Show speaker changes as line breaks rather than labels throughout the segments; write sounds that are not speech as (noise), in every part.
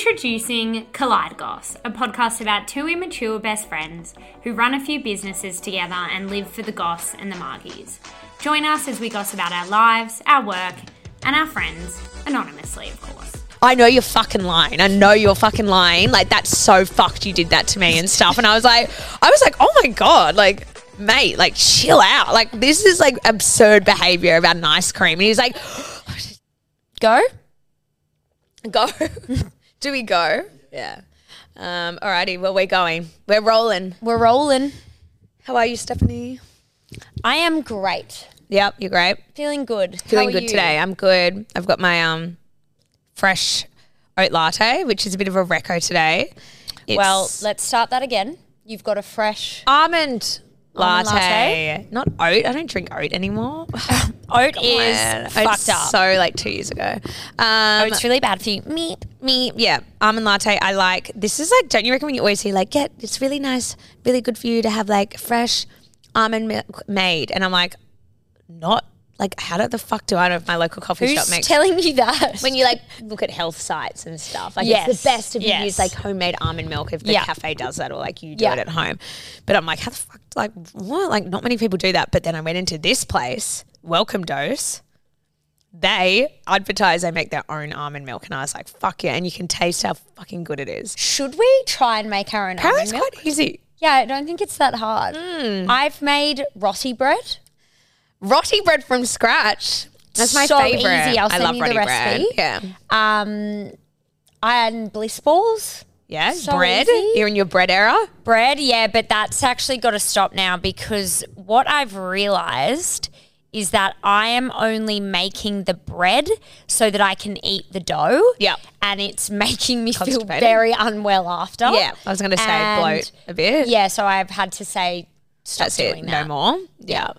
Introducing Collide Goss, a podcast about two immature best friends who run a few businesses together and live for the goss and the margies. Join us as we goss about our lives, our work, and our friends, anonymously, of course.
I know you're fucking lying. I know you're fucking lying. Like that's so fucked you did that to me and stuff. And I was like I was like, oh my god, like mate, like chill out. Like this is like absurd behavior about an ice cream. And he's like (gasps) Go? Go. Do we go? Yeah. Um, alrighty, well we're going. We're rolling.
(laughs) We're rolling.
How are you, Stephanie?
I am great.
Yep, you're great.
Feeling good. How
Feeling
are
good
you?
today. I'm good. I've got my um fresh oat latte, which is a bit of a reco today. It's
Well, let's start that again. You've got a fresh
almond latte.
Almond
not oat. I don't drink oat
(laughs)
anymore. Oh,
oat is
Man,
fucked
oat's
up.
So like two years ago. Um,
it's really bad for you. Meep.
me, yeah, almond latte. I like this. Is like, don't you reckon when you always hear like, get it's really nice, really good for you to have like fresh almond milk made, and I'm like, not like how do the fuck do I know if my local coffee
Who's
shop makes
telling you that?
when you like look at health sites and stuff, like it's
Yes,
the best if you
yes.
use like homemade almond milk if the
Yeah.
cafe does that or like you do
Yeah.
it at home. But I'm like, how the fuck? Like what? Like not many people do that. But then I went into this place, Welcome Dose. They advertise they make their own almond milk, and I was like, fuck yeah! And you can taste how fucking good it is.
Should we try and make our own
Apparently,
almond
it's
milk?
quite easy.
Yeah, I don't think it's that hard. I've made roti bread.
Roti bread from scratch. That's my
So
favorite.
easy. I'll
I
send
love
you the
roti bread.
recipe.
Yeah,
Um, and bliss balls.
yeah.
So
bread.
easy.
You're in your bread era.
Bread, yeah, but that's actually got to stop now because what I've realized is that I am only making the bread so that I can eat the dough.
Yep.
And it's making me feel
Constipated.
very unwell after.
Yeah, I was gonna say
And-
bloat a bit.
Yeah, so I've had to say stop
That's
doing
it.
that.
No more. Yeah.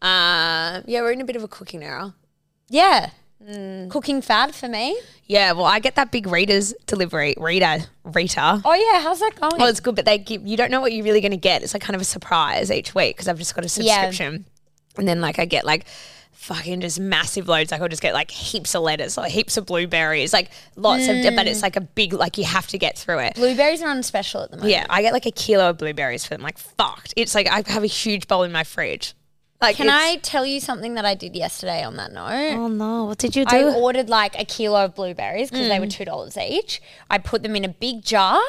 Uh, yeah, we're in a bit of a cooking era. Mm.
Yeah. Cooking fad for me.
Yeah. Well, I get that big readers delivery. Reader, Rita.
Oh yeah, how's that going?
Well, it's good, but they give you don't know what you're really going to get. It's like kind of a surprise each week because I've just got a
Yeah.
subscription, and then like I get like fucking just massive loads. Like I'll just get like heaps of lettuce, like heaps of blueberries, like lots of. But
Mm.
it's like a big like you have to get through it.
Blueberries are on special at the moment.
Yeah, I get like a kilo of blueberries for them. Like fucked. It's like I have a huge bowl in my fridge. Like,
Can
it's-
I tell you something that I did yesterday on that note?
Oh no! What did you do? Mm.
I ordered like a kilo of blueberries because they were two dollars each. I put them in a big jar,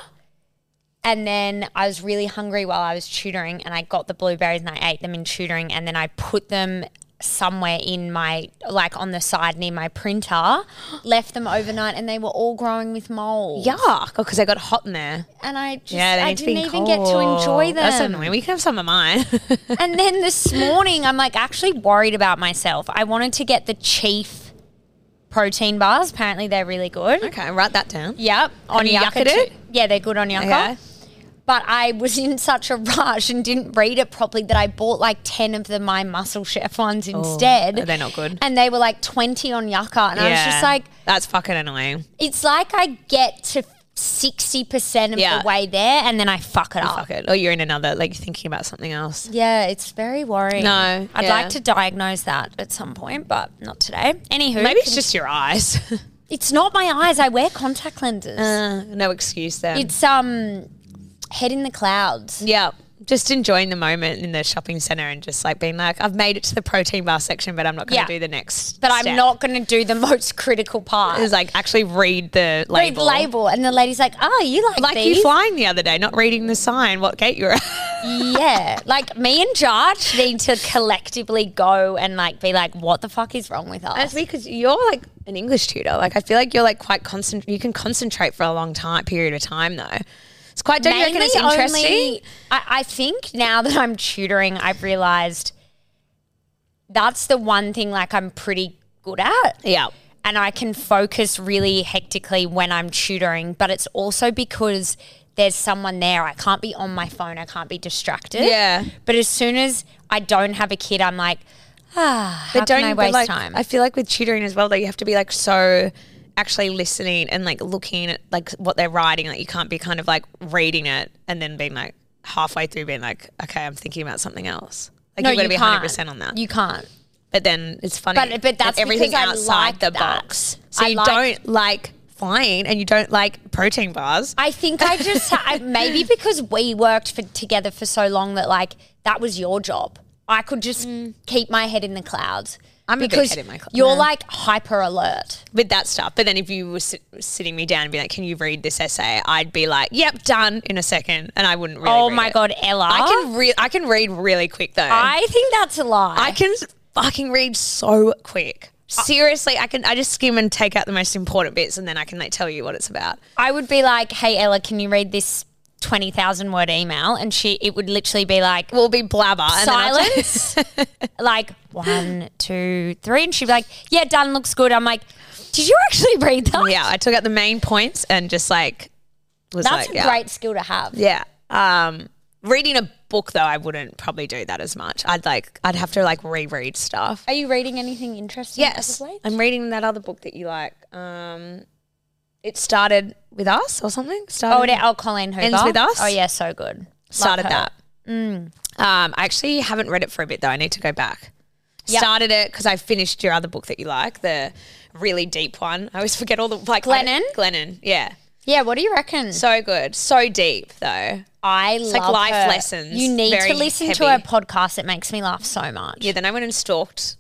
and then I was really hungry while I was tutoring, and I got the blueberries and I ate them in tutoring, and then I put them somewhere in my like on the side near my printer,
(gasps)
left them overnight, and they were all growing with mold.
Yuck! Oh, because they got hot in there.
and I just
Yeah, they
I
need to be
didn't even get to enjoy
cold.
them.
That's annoying. We can have some of mine. (laughs)
And then this morning, I'm like actually worried about myself. I wanted to get the chief protein bars. Apparently, they're really good.
okay, write that down.
Yep, on
you
yucca.
yucked it?
too. Yeah, they're good on yucca.
Okay.
But I was in such a rush and didn't read it properly that I bought like ten of the My Muscle Chef ones instead.
they're not good.
And they were like twenty on yucca, and I was just like,
that's fucking annoying.
it's like I get to sixty percent of
Yeah.
the way there, and then I fuck it up.
Fuck it. Or you're in another, like you're thinking about something else.
Yeah, it's very worrying.
No,
I'd
yeah.
like to diagnose that at some point, but not today. Anywho,
Maybe it's just your
(laughs)
eyes.
it's not my eyes. I wear contact lenses.
Uh, no excuse then.
it's um, head in the clouds.
yeah. Just enjoying the moment in the shopping center and just like being like, I've made it to the protein bar section, but I'm not going
Yeah.
to do the next.
but I'm
step."
not going to do the (laughs) most critical part.
Is like actually read the
Read
label.
label, and the lady's like, "Oh, you like,
Like
these?
you flying the other day, not reading the sign, what gate you're at. (laughs)
yeah." Like me and Jarge need to collectively go and like be like, "What the fuck is wrong with
That's
us?"
because you're like an English tutor. Like I feel like you're like quite constant. You can concentrate for a long time period of time though. It's quite. Don't you reckon it's interesting?
only, I, I think now that I'm tutoring, I've realized that's the one thing like I'm pretty good at.
yeah.
and I can focus really hectically when I'm tutoring, but it's also because there's someone there. I can't be on my phone. I can't be distracted.
Yeah.
But as soon as I don't have a kid, I'm like, ah, how
But don't
can I
but,
waste
like,
time?
I feel like with tutoring as well though, you have to be like so actually listening and like looking at like what they're writing. Like you can't be kind of like reading it and then being like halfway through being like, okay, I'm thinking about something else. Like you've got to be 100 percent on that.
You can't.
but then it's funny.
But- but
that
that's
everything
because I
outside
like
the
that.
box. So
I
you
like-
don't like flying and you don't like protein bars.
I think I just I,
(laughs)
maybe because we worked for, together for so long that like that was your job. I could just keep my head in the clouds.
Mm. I'm a big
because
head in my clouds.
you're
Yeah.
like hyper alert.
with that stuff. But then if you were sit- sitting me down and be like, "Can you read this essay?" I'd be like, "Yep, done in a second. and I wouldn't. really
oh
read
my
it.
god, Ella!
I can read. I can read really quick though. I,
I think that's a lie.
can s- fucking read so quick. Seriously, I can. I just skim and take out the most important bits, and then I can like tell you what it's about.
I would be like, "Hey Ella, can you read this twenty thousand word email?" And she, it would literally be like
We'll be blabber. and then I'll just-
silence,
(laughs)
like one, two, three, and she'd be like, "Yeah, done. Looks good." I'm like, "Did you actually read that?"
yeah, I took out the main points and just like was
that's
like,
a
yeah.
great skill to have.
Yeah. Um, reading a book though, I wouldn't probably do that as much. I'd like, I'd have to like reread stuff.
Are you reading anything interesting?
Yes,
as of late?
I'm reading that other book that you like. Um, it started with us or something. Started,
Oh, it- oh, Colleen Hoover.
Ends With Us?
Oh, yeah, so good. Love
started
her.
that. Um, I actually haven't read it for a bit though. I need to go back.
Yep.
Started it because I finished your other book that you like, the really deep one. I always forget all the like I don't- Glennon, yeah,
Yeah, what do you reckon?
so good, so deep though.
I love
like life
her.
lessons,
You need
very
to listen to her
heavy.
podcast. It makes me laugh so much.
Yeah, then I went and stalked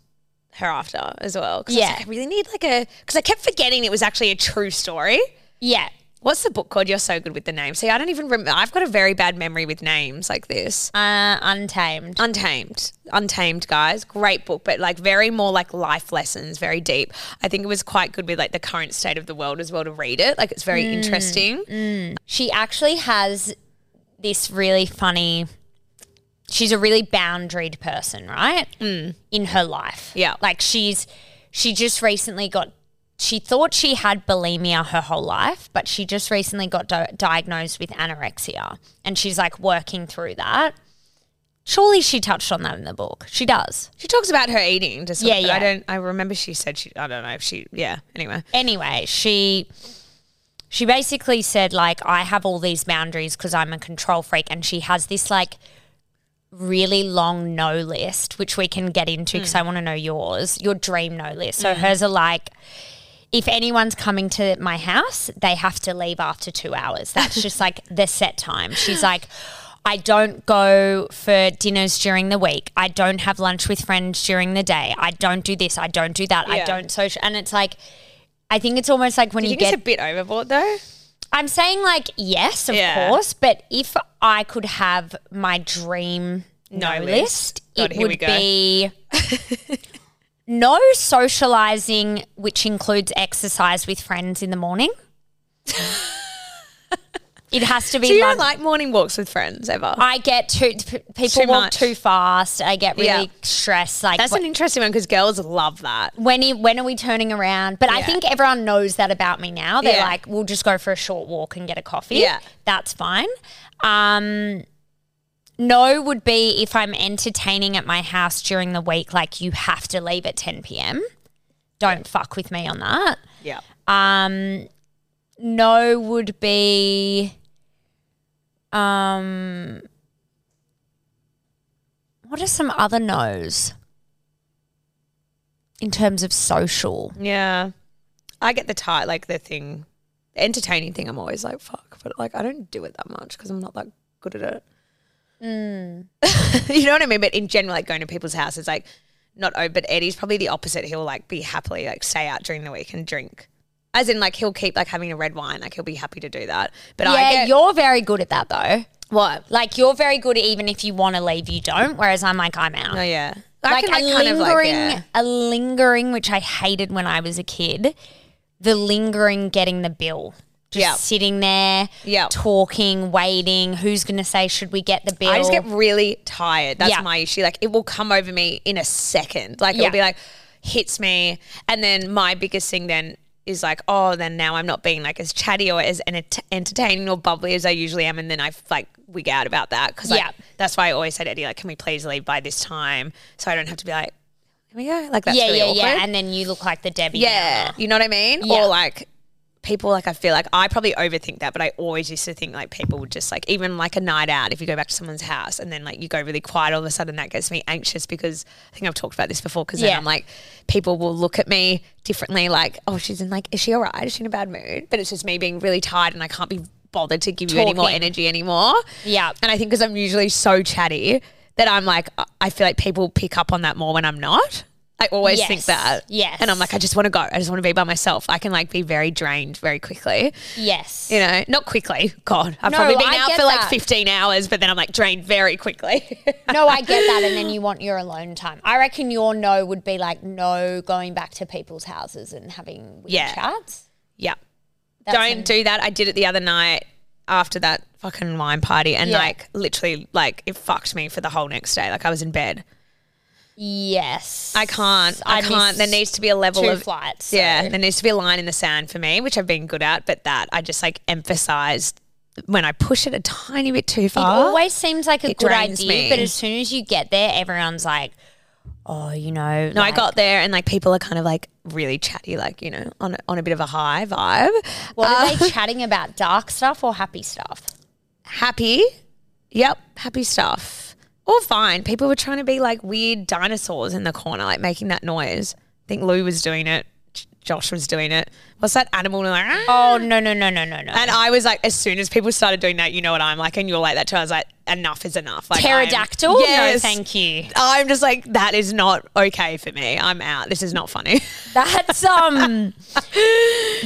her after as well. 'cause I was
Yeah.
like, I really need like a because I kept forgetting it was actually a true story.
Yeah.
What's the book called? You're so good with the name. See, I don't even remember. I've got a very bad memory with names like this.
Uh, untamed.
Untamed. Untamed, guys. Great book, but like very more like life lessons, very deep. I think it was quite good with like the current state of the world as well to read it. Like it's very interesting.
She actually has this really funny. She's a really boundaried person, right? Mm. In her life.
Yeah.
Like she's, she just recently got, she thought she had bulimia her whole life, but she just recently got di- diagnosed with anorexia and she's like working through that. Surely she touched on that in the book. She does.
She talks about her eating disorder.
Yeah,
but
yeah.
I don't I remember she said she I don't know if she yeah, anyway.
anyway, she she basically said like I have all these boundaries because I'm a control freak, and she has this like really long no list, which we can get into because I want to know yours, your dream no list. So hers are like. If anyone's coming to my house, they have to leave after two hours. That's just like the set time. She's like, I don't go for dinners during the week. I don't have lunch with friends during the day. I don't do this. I don't do that. I
Yeah.
don't social. And it's like, I think it's almost like when
Do
you,
you think
get.
it's a bit overboard though?
I'm saying like yes, of
Yeah.
course, but if I could have my dream no,
No
list,
list. God,
it
here we
would
go.
be
(laughs)
no socializing, which includes exercise with friends in the morning. it has to be.
Do you
lunch-
don't like morning walks with friends ever?
I get too p- people
Too
walk
much.
too fast. I get really
Yeah.
stressed. Like
That's
wh-
an interesting one because girls love that.
when he, when are we turning around? But I
Yeah.
think everyone knows that about me now. They're
Yeah.
like, we'll just go for a short walk and get a coffee.
Yeah.
that's fine. Um, no would be if I'm entertaining at my house during the week. Like you have to leave at 10 p.m. Don't fuck with me on that.
Yeah.
Um, no would be. Um, what are some other no's in terms of social?
Yeah. I get the tight, like the thing, the entertaining thing. I'm always like, fuck, but like, I don't do it that much because I'm not that good at it.
Mm.
(laughs) you know what I mean? But in general, like going to people's houses, like, not oh, but Eddie's probably the opposite. He'll like be happily like stay out during the week and drink. As in, like, he'll keep like having a red wine. Like, he'll be happy to do that. But I
yeah,
get
you're very good at that though.
what?
Like you're very good at even if you want to leave, you don't. Whereas I'm like I'm out.
Oh, yeah.
like,
can,
a
kind of,
lingering,
like, yeah.
a lingering, which I hated when I was a kid. The lingering, getting the bill, just
Yep.
sitting there,
Yep.
talking, waiting. Who's gonna say should we get the bill?
I just get really tired. That's
Yeah.
my issue. Like it will come over me in a second. Like
Yeah.
it'll be like hits me, and then my biggest thing then is like, oh, then now I'm not being like as chatty or as ent- entertaining or bubbly as I usually am, and then I like wig out about that because
Yeah.
yeah. that's why I always said Eddie like, can we please leave by this time so I don't have to be like, here we go. Like that's
yeah,
really
yeah,
awkward.
yeah. And then you look like the Debbie.
yeah,
Downer.
you know what I mean?
Yeah.
Or like. people like I feel like I probably overthink that, but I always used to think like people would just like even like a night out if you go back to someone's house and then like you go really quiet all of a sudden that gets me anxious because I think I've talked about this before because
Yeah.
then I'm like people will look at me differently like oh she's in like is she all right is she in a bad mood but it's just me being really tired and I can't be bothered to give you any more
Talking.
energy anymore
Yeah.
and I think because I'm usually so chatty that I'm like I- I feel like people pick up on that more when I'm not. I always think
Yes.
that.
Yes.
And I'm like, I just want to go. I just want to be by myself. I can like be very drained very quickly.
Yes.
You know, not quickly. God, I've
No,
probably been
I
out
get
for like
that.
15 hours, but then I'm like drained very quickly. (laughs)
no, I get that. And then you want your alone time. I reckon your no would be like no going back to people's houses and having weird
Yeah.
chats.
yeah.
That's
Don't
an-
do that. I did it the other night after that fucking wine party and
Yeah.
like literally like it fucked me for the whole next day. Like I was in bed.
Yes.
I can't. I,
I
can't. There
missed
needs to be a level
two
of
flights.
Yeah,
so-
there needs to be a line in the sand for me, which I've been good at, but that I just like emphasized when I push it a tiny bit too
It
far.
always seems like a
It
good
drains
idea,
me.
but as soon as you get there, everyone's like, "Oh, you know."
no, I got there and like people are kind of like really chatty, like, you know, on, on a bit of a high vibe.
What
Uh,
are
(laughs)
they chatting about? Dark stuff or happy stuff?
happy. Yep, happy stuff. All fine. People were trying to be like weird dinosaurs in the corner, like making that noise. I think Lou was doing it. J- Josh was doing it. What's that animal? Like, "Ah."
Oh no no no no no no!
And I was like, as soon as people started doing that, you know what I'm like, and you're like that too. I was like, enough is enough. Like, I'm-
Pterodactyl?
Yes.
No, thank you.
I'm just like, that is not okay for me. I'm out. This is not funny. (laughs)
That's um, (laughs)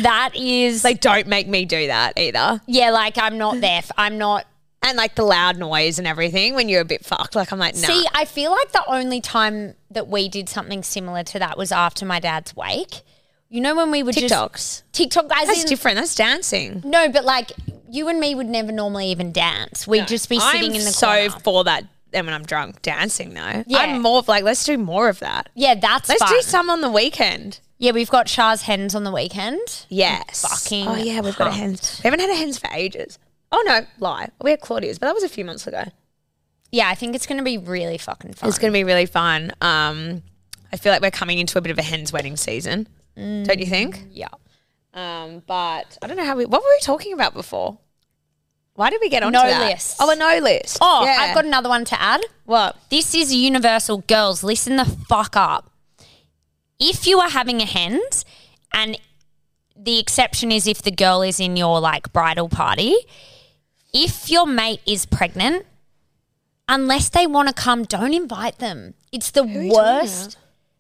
that is
like, don't make me do that either.
yeah. Like I'm not there. f- I'm not.
And like the loud noise and everything when you're a bit fucked. Like, I'm like, no.
See, I feel like the only time that we did something similar to that was after my dad's wake. You know when we were
TikToks.
just TikTok as
That's
in
different. That's dancing.
no, but like you and me would never normally even dance. We'd just be sitting
I'm
in the
so
corner.
for that. And when I'm drunk, dancing though.
Yeah.
I'm more of like, let's do more of that.
yeah, that's
Let's
fun.
do some on the weekend.
Yeah, we've got Shah's hens on the weekend.
Yes.
fucking
Oh yeah, we've got a hens. We haven't had a hens for ages. Oh no, lie. We had Claudia's, but that was a few months ago.
Yeah, I think it's going to be really fucking fun.
It's going to be really fun. Um, I feel like we're coming into a bit of a hens wedding season, don't you think?
Mm, yeah.
Um, but I don't know how we. What were we talking about before? Why did we get on
No
that?
list.
Oh, a no list.
Oh,
Yeah.
I've got another one to add.
what?
This is universal. Girls, listen the fuck up. If you are having a hens, and the exception is if the girl is in your like bridal party, if your mate is pregnant, unless they want to come, don't invite them. It's the
you talking
worst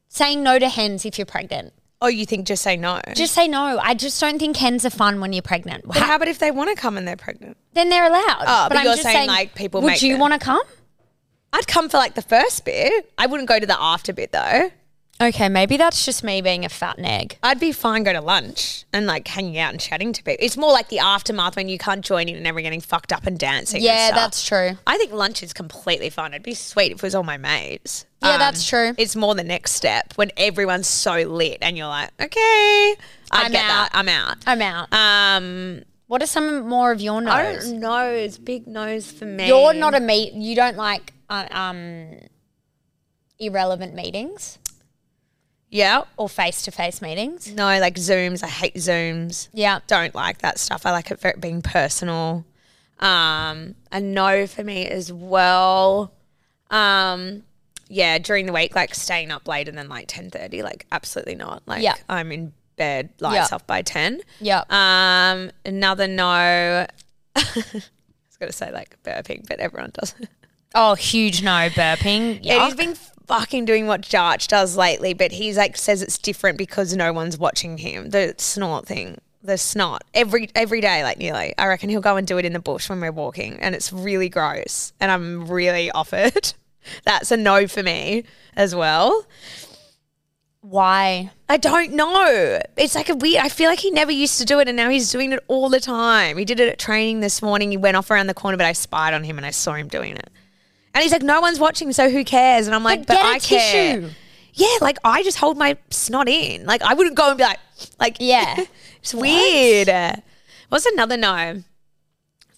saying no to hens if you're pregnant.
Oh, you think just say no?
Just say no. I just don't think hens are fun when you're pregnant.
but how about if they want to come and they're pregnant?
Then they're allowed.
Oh, but you're saying, like, people
Would
make
you
them.
want to come?
I'd come for like the first bit. I wouldn't go to the after bit though.
Okay, maybe that's just me being a fat neg.
I'd be fine go to lunch and like hanging out and chatting to people. It's more like the aftermath when you can't join in and everyone getting fucked up and dancing. and
Yeah,
stuff.
that's true.
I think lunch is completely fine. It'd be sweet if it was all my mates. Um,
Yeah, that's true.
It's more the next step when everyone's so lit and you're like, okay, I
I'm
get that.
out.
I'm out.
I'm out.
Um,
what are some more of your
I
no's?
don't know. It's big nose for me.
You're not a meet. You don't like uh, um, irrelevant meetings
yeah.
or face to face meetings.
No, like Zooms. I hate Zooms.
Yeah.
Don't like that stuff. I like it for it being personal. Um, a no for me as well. Um, yeah, during the week, like staying up later than like ten thirty, like absolutely not. Like
Yeah.
I'm in bed, lights
Yeah.
off by ten.
Yeah.
Um, another no. (laughs) I was gonna say like burping, but everyone does. it.
oh, huge no (laughs) burping.
Yeah,
Yeah.
he's been fucking doing what Jarch does lately, but he's like says it's different because no one's watching him. The snort thing, the snot every every day, like nearly. I reckon he'll go and do it in the bush when we're walking, and it's really gross. And I'm really off it. (laughs) That's a no for me as well.
Why?
I don't know. It's like a weird. I feel like he never used to do it, and now he's doing it all the time. He did it at training this morning. He went off around the corner, but I spied on him and I saw him doing it. And he's like, "No one's watching, so who cares?" And I'm like, "But,
Get a
I care."
tissue.
Yeah, like I just hold my snot in. Like I wouldn't go and be like, like
Yeah.
(laughs) it's weird. What's another no?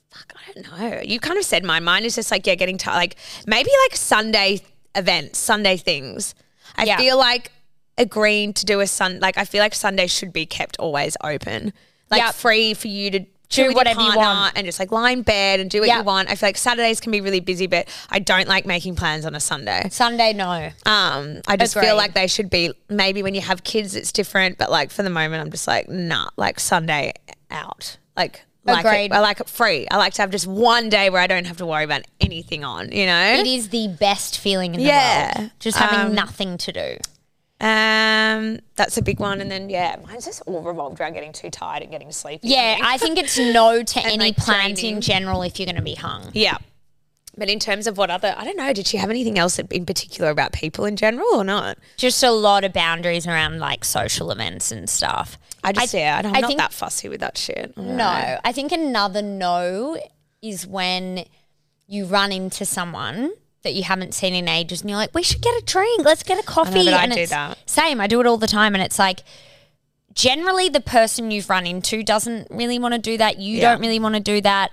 Fuck, I don't know. You kind of said mine. Mine is just like yeah, getting tired. Like maybe like Sunday events, Sunday things. I
Yeah.
feel like agreeing to do a sun like I feel like Sunday should be kept always open. like
Yep.
free for you to chill with
whatever you
your partner
want.
and just like lie in bed and do what you
Yep.
want. I feel like Saturdays can be really busy, but I don't like making plans on a Sunday.
Sunday, no.
Um, I just
Agreed.
feel like they should be maybe when you have kids, it's different, but like for the moment, I'm just like nah, like Sunday out, like. Like
Agreed.
it, I like it free. I like to have just one day where I don't have to worry about anything on, you know?
It is the best feeling in
Yeah.
the world. Just having
Um,
nothing to do.
Um, that's a big one, and then yeah, mine's just all revolved around getting too tired and getting sleepy.
Yeah, I think it's no (laughs) to any
like,
plans in
training.
general if you're going to be hung.
yeah. But in terms of what other, I don't know. Did she have anything else in particular about people in general or not?
Just a lot of boundaries around like social events and stuff.
I just yeah, I don't, I'm
I
not
think-
that fussy with that shit. I don't know.
No, I think another no is when you run into someone that you haven't seen in ages and you're like, we should get a drink, let's get a coffee.
but I
and
do
it's-
that.
Same, I do it all the time. And it's like, generally, the person you've run into doesn't really want to do that. You
Yeah.
don't really want to do that.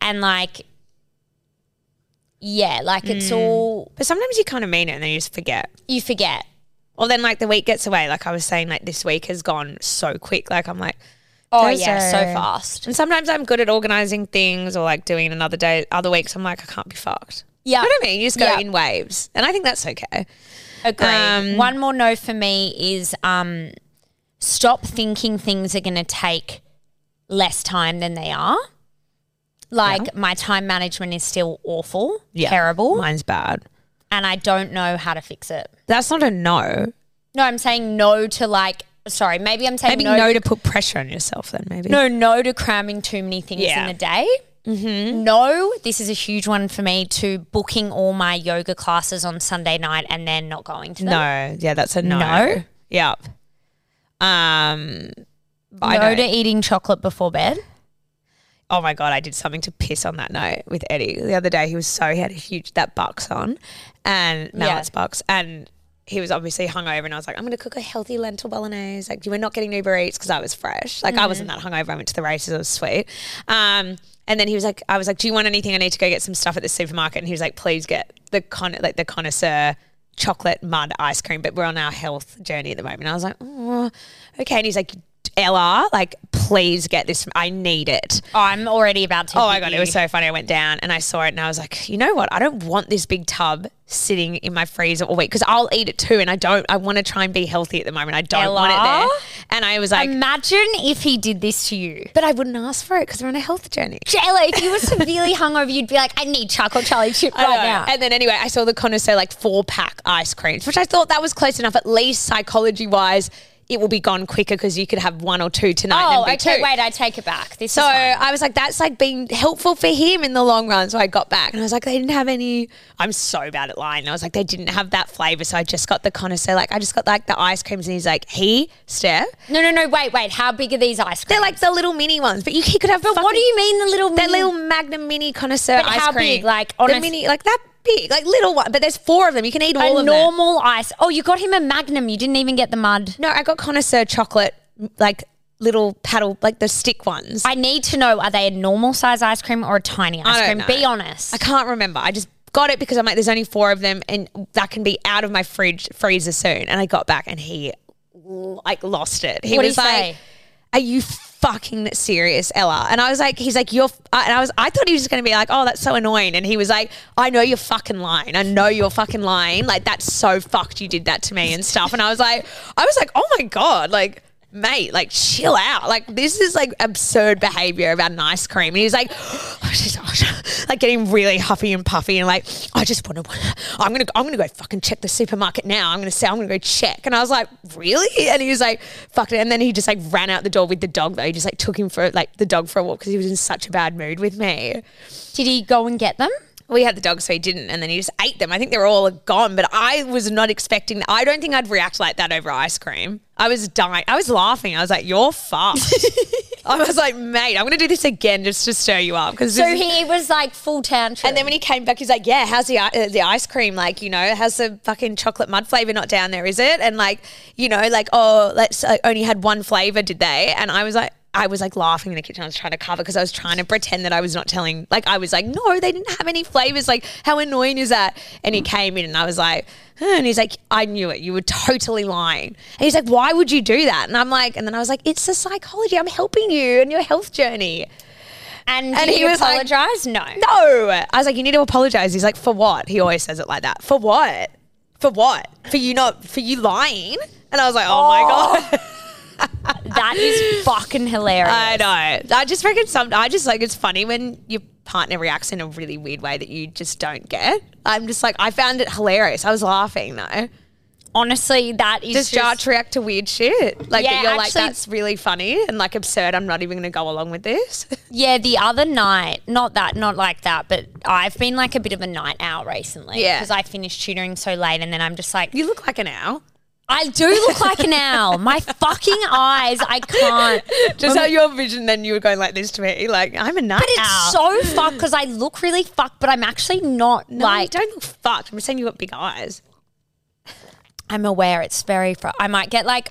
And like, yeah, like it's
Mm.
all,
But sometimes you kind of mean it and then you just forget.
you forget.
Or then like the week gets away. Like I was saying, like this week has gone so quick. Like I'm like,
Oh, yeah, so
Thursday.
fast.
and sometimes I'm good at organizing things or like doing another day. Other weeks I'm like, I can't be fucked.
Yeah.
You know what I mean? You just go
Yeah.
in waves, and I think that's okay.
Agreed.
Um,
One more no for me is um, stop thinking things are going to take less time than they are. Like my time management is still awful, terrible,
Mine's bad.
and I don't know how to fix it.
That's not a no.
No, I'm saying no to like. Sorry, maybe I'm saying
Maybe
no.
no, to put pressure on yourself then maybe.
no, no to cramming too many things
Yeah.
in a day. Mm-hmm. No, this is a huge one for me to booking all my yoga classes on Sunday night and then not going to them.
No. Yeah, that's a no.
No?
Yep. Um I
no
don't-
to eating chocolate before bed.
oh my god, I did something to piss on that note with Eddie the other day. He was so he had a huge that bucks on, and now
Yeah.
it's bucks and. He was obviously hungover, and I was like, "I'm going to cook a healthy lentil bolognese." Like, you were not getting Uber Eats because I was fresh. Like, I wasn't that hungover. I went to the races; it was sweet. Um, and then he was like, "I was like, do you want anything? I need to go get some stuff at the supermarket." And he was like, "Please get the con like the connoisseur chocolate mud ice cream." But we're on our health journey at the moment. I was like, "Oh, okay." And he's like, "Ella, like, please get this. I need it."
Oh, I'm already about to.
Oh my god, it was so funny. I went down and I saw it and I was like, you know what? I don't want this big tub sitting in my freezer all week because I'll eat it too. And I don't. I want to try and be healthy at the moment. I don't want
Ella?
it there. And I was like,
Imagine if he did this to you.
Um, but I wouldn't ask for it because we're on a health journey.
Ella, if you were severely (laughs) hungover, you'd be like, I need chocolate Charlie chip
I know.
right now.
And then anyway, I saw the connoisseur like four pack ice creams, which I thought that was close enough. At least psychology wise, it will be gone quicker because you could have one or two tonight. and
Oh,
then be
okay,
two.
wait, I take it back. This
So
is fine.
I was like, that's like being helpful for him in the long run. So I got back and I was like, they didn't have any. I'm so bad at lying. I was like, they didn't have that flavor. So I just got the connoisseur. Like, I just got like the ice creams. And he's like, he, Steph,
No, no, no, wait, wait. How big are these ice creams?
they're like the little mini ones, but you he could have. But
what do you mean the little
That
mini-
little Magnum mini connoisseur
But
ice
how
cream.
big? Like,
on
honest-
the mini, like that big, like little one. But there's four of them. You can eat all
a
of them.
normal ice. Oh, you got him a magnum. You didn't even get the mud.
No, I got connoisseur chocolate, like little paddle, like the stick ones.
I need to know are they a normal size ice cream or a tiny ice
don't
cream?
know.
Be honest.
I can't remember. I just got it because I'm like, there's only four of them, and that can be out of my fridge freezer soon. And I got back, and he like lost it. He
What did
was
he
like,
say?
"Are you fucking serious, Ella?" And I was like, "He's like, you're," f-, uh," and I was, I thought he was just gonna be like, "Oh, that's so annoying," and he was like, "I know you're fucking lying. I know you're fucking lying. Like that's so fucked. You did that to me and stuff." And I was like, I was like, "Oh my god, like." Mate, like chill out. Like this is like absurd behavior about an ice cream. And he's like, oh, she's, oh, she- like getting really huffy and puffy and like, I just want to. I'm gonna, I'm gonna go fucking check the supermarket now. I'm gonna say, I'm gonna go check. And I was like, really? And he was like, fuck it. And then he just like ran out the door with the dog though. He just like took him for like the dog for a walk because he was in such a bad mood with me.
Did he go and get them?
We had the dog, so he didn't. And then he just ate them. I think they were all gone. But I was not expecting. I don't think I'd react like that over ice cream. I was dying. I was laughing. I was like, you're
(laughs)
fucked. I was like, mate, I'm gonna do this again just to stir you up because
So he was like full tantrum.
and then when he came back, he's like, "Yeah, how's the i- uh, the ice cream? Like, you know, how's the fucking chocolate mud flavor not down there? Is it? And like, you know, like, oh, let's I only had one flavor, did they? And I was like, I was like laughing in the kitchen. I was trying to cover because I was trying to pretend that I was not telling. Like I was like, no, they didn't have any flavors. Like how annoying is that? And he came in and I was like, huh, and he's like, I knew it. You were totally lying. And he's like, why would you do that? And I'm like, and then I was like, it's the psychology. I'm helping you in your health journey.
And,
And
did
he
you
was like- (laughs)
apologize? no.
No. I was like, you need to apologize. He's like, for what? He always says it like that. For what? For what? For you not? For you lying? And I was like, oh, my god.
That is fucking hilarious.
I know. I just reckon some. I just like it's funny when your partner reacts in a really weird way that you just don't get. I'm just like I found it hilarious. I was laughing though.
Honestly, that is
Does
just,
Jarch react to weird shit? Like
Yeah,
that you're like
actually-
that's really funny and like absurd. I'm not even going to go along with this. (laughs)
Yeah, the other night, not that, not like that, but I've been like a bit of a night owl recently.
Yeah.
Because I finished tutoring so late and then I'm just like,
you look like an owl.
I do look like an owl. My fucking eyes,
(laughs)
I can't.
Just how your vision then you were going like this to me. Like I'm a nut
But it's
owl.
so fucked because I look really fucked, but I'm actually not
No, you
like,
don't look fucked. I'm just saying you got big eyes.
I'm aware it's very, fr- I might get like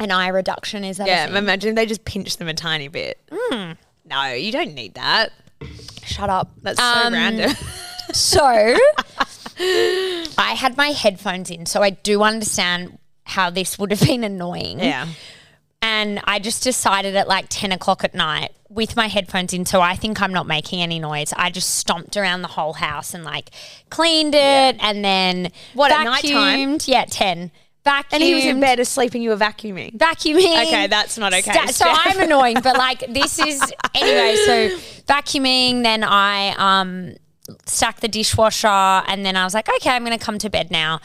an eye reduction. Is that a
Yeah,
thing?
imagine if they just pinch them a tiny bit.
Hmm.
No, you don't need that.
Shut up.
That's so
Um, (laughs)
random. (laughs)
So I had my headphones in, so I do understand how this would have been annoying.
yeah.
And I just decided at like 10 o'clock at night with my headphones in, so I think I'm not making any noise. I just stomped around the whole house and like cleaned it and then
What, at
vacuumed.
nighttime?
Yeah, 10. Vacuumed.
And he was in bed asleep and you were vacuuming.
Vacuuming.
Okay, that's not okay,
Sta- so
Steph.
I'm annoying, but like
(laughs)
this is anyway. So vacuuming, then I um stacked the dishwasher, and then I was like, okay, I'm gonna come to bed now.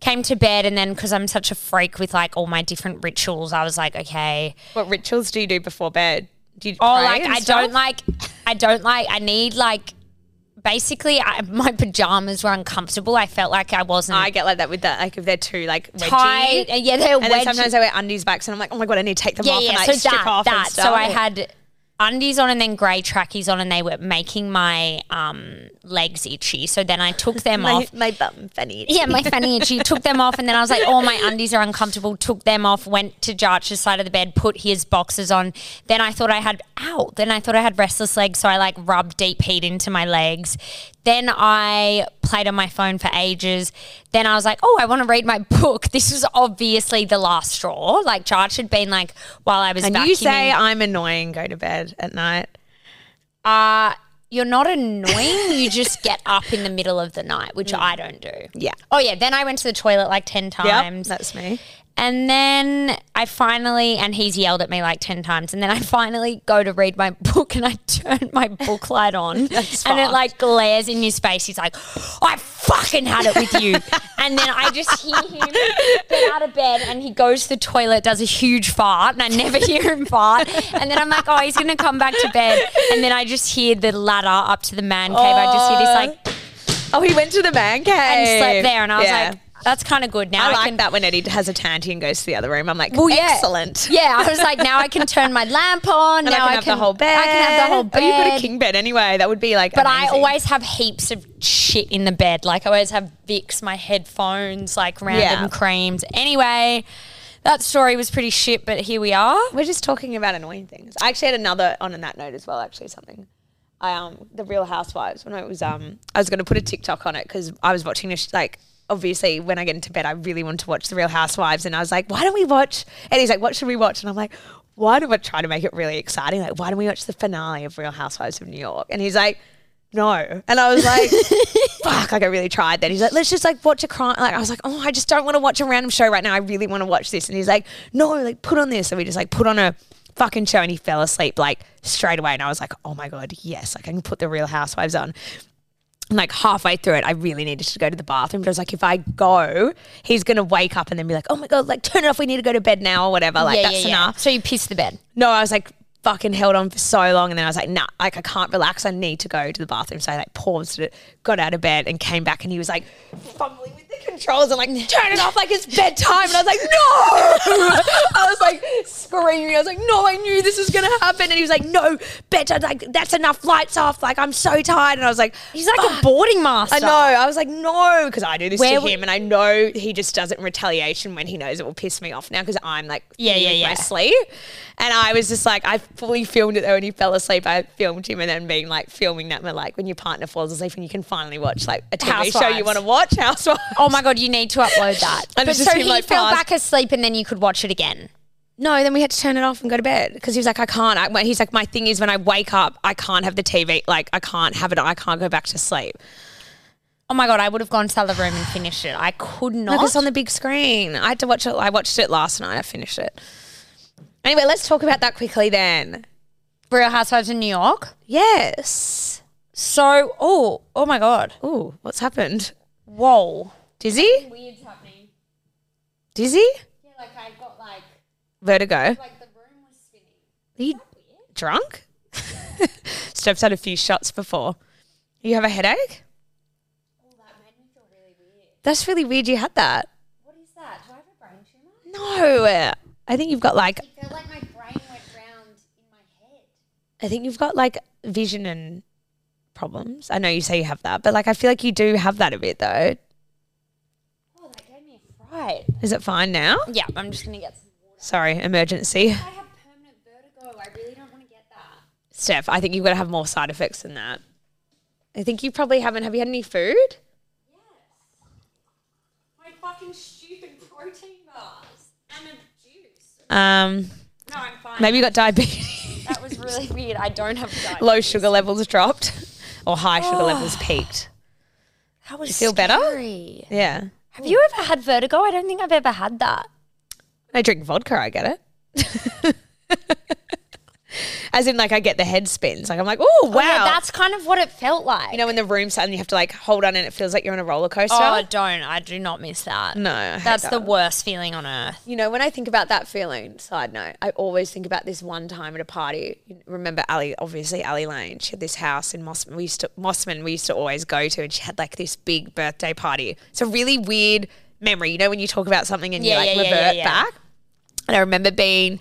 Came to bed, and then because I'm such a freak with like all my different rituals, I was like, okay,
What rituals do you do before bed? Do you
oh,
pray
like
and
I
stuff?
don't like, I don't like, I need like. Basically, I, my pajamas were uncomfortable. I felt like I wasn't
I get like that with that. Like if they're too like wedgy.
tight.
And
Yeah, they were
then
wedgy.
sometimes I wear undies back, and I'm like, oh my god, I need to take them
yeah,
off
yeah.
and like
so
strip
that,
off
that.
and stuff.
So I had undies on and then grey trackies on, and they were making my um, legs itchy. So then I
(laughs)
took them
my,
off.
my bum funny.
Yeah, my fanny itchy. Took them off, and then I was like, "Oh, my undies are uncomfortable." Took them off. Went to Jarch's side of the bed, put his boxes on. Then I thought I had out. Then I thought I had restless legs, so I like rubbed deep heat into my legs. Then I played on my phone for ages. Then I was like, "Oh, I want to read my book." This was obviously the last straw. Like Jarch had been like, while I was
And
vacuuming.
you say I'm annoying. Go to bed at night.
uh, you're not annoying. you just get up in the middle of the night, which I don't do.
Mm. Yeah.
Oh yeah. Then I went to the toilet like ten
Yep,
times,
that's me.
and then I finally and he's yelled at me like ten times, and then I finally go to read my (laughs) book, and I turn my book light on,
(laughs)
and
That's
it
fast.
like glares in your space. He's like, "I fucking had it
(laughs)
with you," and then I just hear him get out of bed, and he goes to the toilet, does a huge fart, and I never (laughs) hear him fart, and then I'm like, "Oh, he's gonna come back to bed," and then I just hear the ladder up to the man cave. I just hear this like
Oh, he went to the man cave
and slept there, and I was
Oh, Yeah.
like, "That's kind of good now."
I, like
can-
that when Eddie has a tanty and goes to the other room. I'm like,
Well, yeah.
excellent.
(laughs) Yeah, I was like, now I can turn my lamp on.
And
now
I can have the whole bed.
I can have the whole bed.
Oh, you've got a king bed anyway. That would be like.
But I
amazing.
always have heaps of shit in the bed. Like I always have Vicks, my headphones, like random
Yeah.
creams. Anyway, that story was pretty shit, but here we are.
We're just talking about annoying things. I actually had another on in that note as well. Actually, something. I um the Real Housewives when I was um I was going to put a TikTok on it because I was watching this like obviously when I get into bed I really want to watch the Real Housewives and I was like why don't we watch and he's like what should we watch and I'm like why do I try to make it really exciting like why don't we watch the finale of Real Housewives of New York and he's like no and I was like fuck like I really tried then he's like let's just like watch a crime like I was like oh I just don't want to watch a random show right now I really want to watch this and he's like no like put on this and we just like put on a fucking show and he fell asleep like straight away and I was like oh my god yes like I can put the real housewives on and like halfway through it I really needed to go to the bathroom but I was like if I go he's gonna wake up and then be like oh my god like turn it off we need to go to bed now or whatever like that's enough
So you piss
(gasps)
the bed.
no, I was like fucking held on for so long, and then I was like, nah, like I can't relax. I need to go to the bathroom. So I like paused it, got out of bed, and came back, and he was like fumbling with this, the controls and
(laughs)
like turn it off like it's bedtime. And I was like, no. (laughs) I was like screaming. I was like, no, I knew this was gonna happen. And he was like, no, better like that's enough lights off. Like I'm so tired. And I was like,
He's like a boarding master.
I know. I was like, no, because I do this
Where
to
we-
him, and I know he just does it in retaliation when he knows it will piss me off now because I'm like,
Yeah, yeah,
with
yeah.
my sleep. And I was just like, I fully filmed it though, and he fell asleep. I filmed him, and then being like filming that, but like when your partner falls asleep and you can finally watch like a TV show you
Housewives.
want to watch, Housewives.
Oh my god, you need to upload that.
(laughs) And
but
it's just
so
him,
he
like,
fell
pass-
back asleep, and then you could watch it again.
No, then we had to turn it off and go to bed because he was like, I can't. I, when- he's like, my thing is when I wake up, I can't have the TV. Like I can't have it. on. I can't go back to sleep.
Oh my god, I would have gone to the other room and finished it. I could
Like
not.
it's on the big screen. I had to watch it. I watched it last night. I finished it. Anyway, let's talk about that quickly then.
Real Housewives in New York.
Yes.
So, oh, oh my god,
Ooh, what's happened?
whoa.
Dizzy?
Weird's happening.
Dizzy?
Yeah, like I got like
Vertigo.
like the room was spinning.
Are you drunk? (laughs) Steph's had a few shots before. You have a headache? That's really weird you had that.
What is that? Do I have a brain tumor?
No. I think you've got like
It felt like my brain went round in my head.
I think you've got like vision and problems. I know you say you have that, but like I feel like you do have that a bit though.
Oh, that gave me a fright.
Right.
Is it fine now?
Yeah, I'm just gonna get. Some.
Sorry, emergency.
I have permanent vertigo. Oh, I really don't want to get that.
Steph, I think you've got to have more side effects than that. I think you probably haven't. Have you had any food?
My fucking stupid protein bars and a juice.
Um,
No, I'm fine.
maybe you got diabetes. (laughs)
That
(laughs)
was really weird. I don't have. Diet.
Low sugar levels dropped, or high
Oh.
sugar levels peaked.
That was
feel better?
scary.
Yeah,
Have you ever had vertigo? I don't think I've ever had that.
I drink vodka. I get it. (laughs) As in, like, I get the head spins. Like, I'm like, oh wow.
Yeah, that's kind of what it felt like.
you know, when the room's suddenly you have to like hold on, and it feels like you're on a roller coaster.
oh, don't. I do not miss that.
no, I hate
That's
that.
the worst feeling on earth.
You know, when I think about that feeling, side note, I always think about this one time at a party. You Remember Ali, obviously Ali Lane. She had this house in Mossman. We used to Mossman. We used to always go to, and she had like this big birthday party. It's a really weird memory. You know, when you talk about something and
Yeah,
you like
yeah, yeah,
revert
yeah, yeah.
back. And I remember being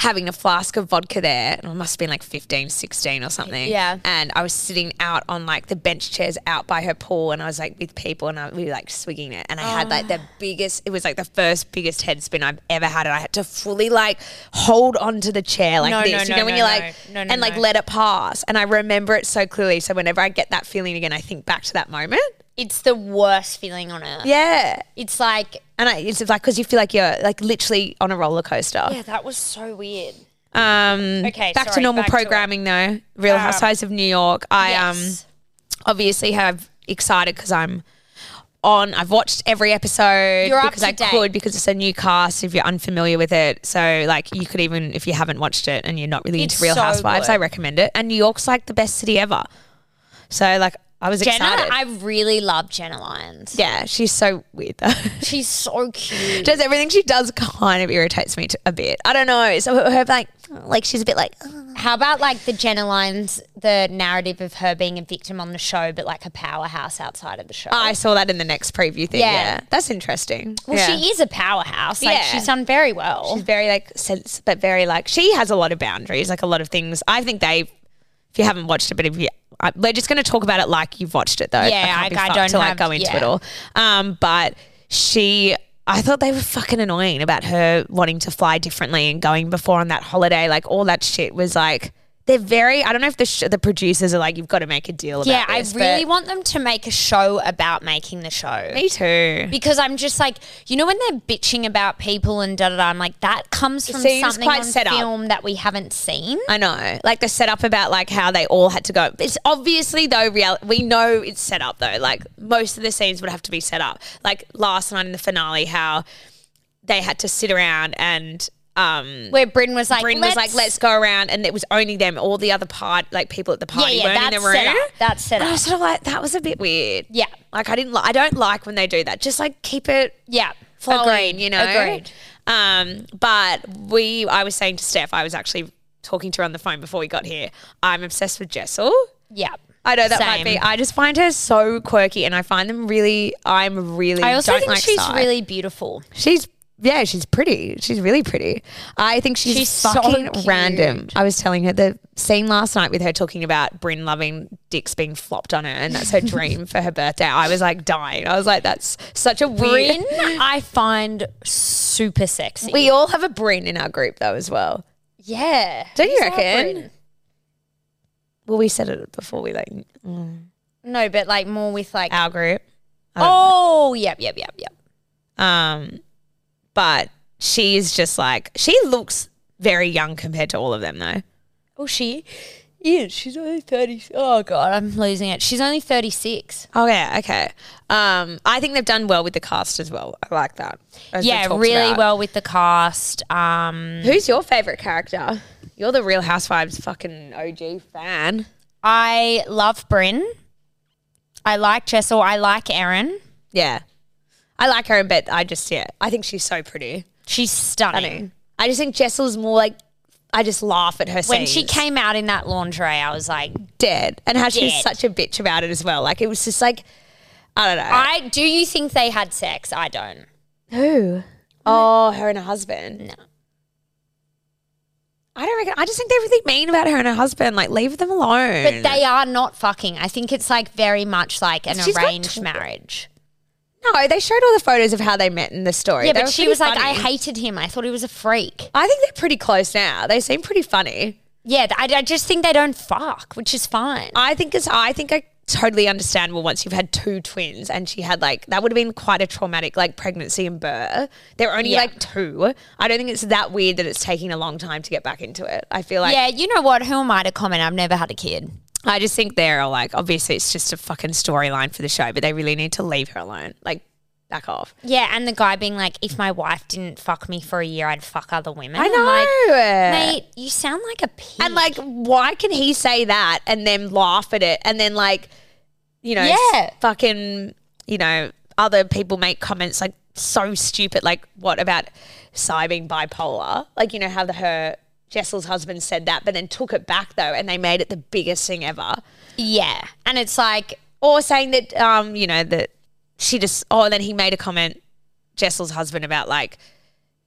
having a flask of vodka there, and I must have been like 15, 16 or something.
Yeah.
And I was sitting out on like the bench chairs out by her pool, and I was like with people, and I, we were like swigging it. And I had like
Oh.
the biggest, it was like the first biggest head spin I've ever had. And I had to fully like hold onto the chair like
No,
this,
no,
you
no,
know, when
no,
you're
no.
like,
No, no,
and like
no.
let it pass. And I remember it so clearly. So whenever I get that feeling again, I think back to that moment.
It's the worst feeling on earth.
Yeah.
It's like,
And I, it's like, because you feel like you're like literally on a roller coaster.
yeah, that was so weird.
Um,
Okay,
back to
sorry,
normal
back to it. Um,
programming though. Real Housewives of New York. I
Yes.
um obviously have excited because I'm on. I've watched every episode
You're up
because
to
I
date.
could because it's a new cast. If you're unfamiliar with it, so like you could even if you haven't watched it and you're not really
It's
into Real
so
Housewives,
good.
I recommend it. And New York's like the best city ever. So like I was
Jenna,
excited.
I really love Jenna Lyons.
yeah, she's so weird though. (laughs)
She's so cute.
does everything she does kind of irritates me to, a bit. I don't know. So her, her like like she's a bit like
How about like the Jenna Lyons, the narrative of her being a victim on the show, but like a powerhouse outside of the show?
I saw that in the next preview thing.
Yeah.
Yeah, that's interesting.
well,
Yeah.
she is a powerhouse. Like,
Yeah.
she's done very well.
She's very like sense, but very like she has a lot of boundaries, like a lot of things. I think they, if you haven't watched it, but if you, I, we're just going to talk about it like you've watched it though.
Yeah,
can't be
I- I
fucked
don't
to
have-
like go into
yeah.
it all. Um, but she. I thought they were fucking annoying about her wanting to fly differently and going before on that holiday. Like all that shit was like they're very. I don't know if the sh- the producers are like you've got to make a deal. About
Yeah, I
this," but-
really want them to make a show about making the show.
Me too.
Because I'm just like, you know, when they're bitching about people and da da da, I'm like, that comes from
seems
something
quite
on
set up.
film that we haven't seen.
I know, like the setup about like how they all had to go. It's obviously though real. We know it's set up though. Like most of the scenes would have to be set up. Like last night in the finale, how they had to sit around and um,
Where Bryn was like,
Bryn was like, "Let's go around," and it was only them. All the other part, like people at the
yeah,
party,
yeah,
weren't
that's
in the room.
set up. That's set
and I (sighs)
up.
was sort of like, that was a bit weird.
Yeah.
like I didn't. Li- I don't like when they do that. Just like keep it
Yeah,
flowing,
Agreed,
you know.
Agreed.
Um, but we, I was saying to Steph, I was actually talking to her on the phone before we got here. I'm obsessed with Jessel.
Yeah.
I know that
Same.
might be. I just find her so quirky, and I find them really. I'm really.
I also
don't
think
like
she's
Psy.
really beautiful.
She's yeah, she's pretty. She's really pretty. I think she's,
She's so
fucking
cute.
random. I was telling her the scene last night with her talking about Bryn loving dicks being flopped on her, and that's
(laughs)
her dream for her birthday. I was like dying. I was like, that's such a weird.
Bryn,
(laughs)
I find super sexy.
We all have a Bryn in our group though as well.
yeah.
Don't you
Who's our
reckon?
Bryn?
Well, we said it before we like
No, but like more with like.
our group.
Oh, yep, yep, yep, yep.
Um, but she is just like she looks very young compared to all of them though.
Oh, she is. She's only 30. Oh, God, I'm losing it. She's only 36.
Oh yeah, okay. Um, I think they've done well with the cast as well. I like that. as we
yeah,
talked
really
about. Mm.
well with the cast. Um,
Who's your favorite character? You're the Real Housewives fucking OG fan.
I love Bryn. I like Jessel. I like Erin.
Yeah, I like her, but I just yeah, I think she's so pretty.
She's stunning.
I just think Jessel's more like I just laugh at her
When she
scenes.
came out in that lingerie, I was like,
dead and how she was
Dead.
such a bitch about it as well. Like it was just like I don't know.
I do you think they had sex? I don't.
Who? Oh, her and her husband. No. I don't reckon. I just think they're really mean about her and her husband. Like, leave them alone.
But they are not fucking. I think it's like very much like an
She's got
arranged
tw-
marriage.
no, they showed all the photos of how they met in the story.
Yeah,
They
but
were
she
pretty
was like, I
funny.
hated him. I thought he was a freak.
I think they're pretty close now. They seem pretty funny.
Yeah, th- I, I just think they don't fuck, which is fine.
I think it's. I think I totally understandable once you've had two twins and she had like that would have been quite a traumatic like pregnancy and birth. They're only
Yeah.
like two. I don't think it's that weird that it's taking a long time to get back into it. I feel like
yeah, you know what? Who am I to comment? I've never had a kid.
I just think they're all like, obviously, it's just a fucking storyline for the show, but they really need to leave her alone. Like, back off.
Yeah, and the guy being like, if my wife didn't fuck me for a year, I'd fuck other women.
I
I'm like,
know.
mate, you sound like a pig.
and like, why can he say that and then laugh at it and then, like, you know, s-
Yeah.
fucking, you know, other people make comments like so stupid. Like, what about Cy being bipolar? Like, you know, how the, her. Jessel's husband said that, but then took it back though, and they made it the biggest thing ever.
yeah, and it's like,
or saying that um you know that she just oh and then he made a comment jessel's husband about like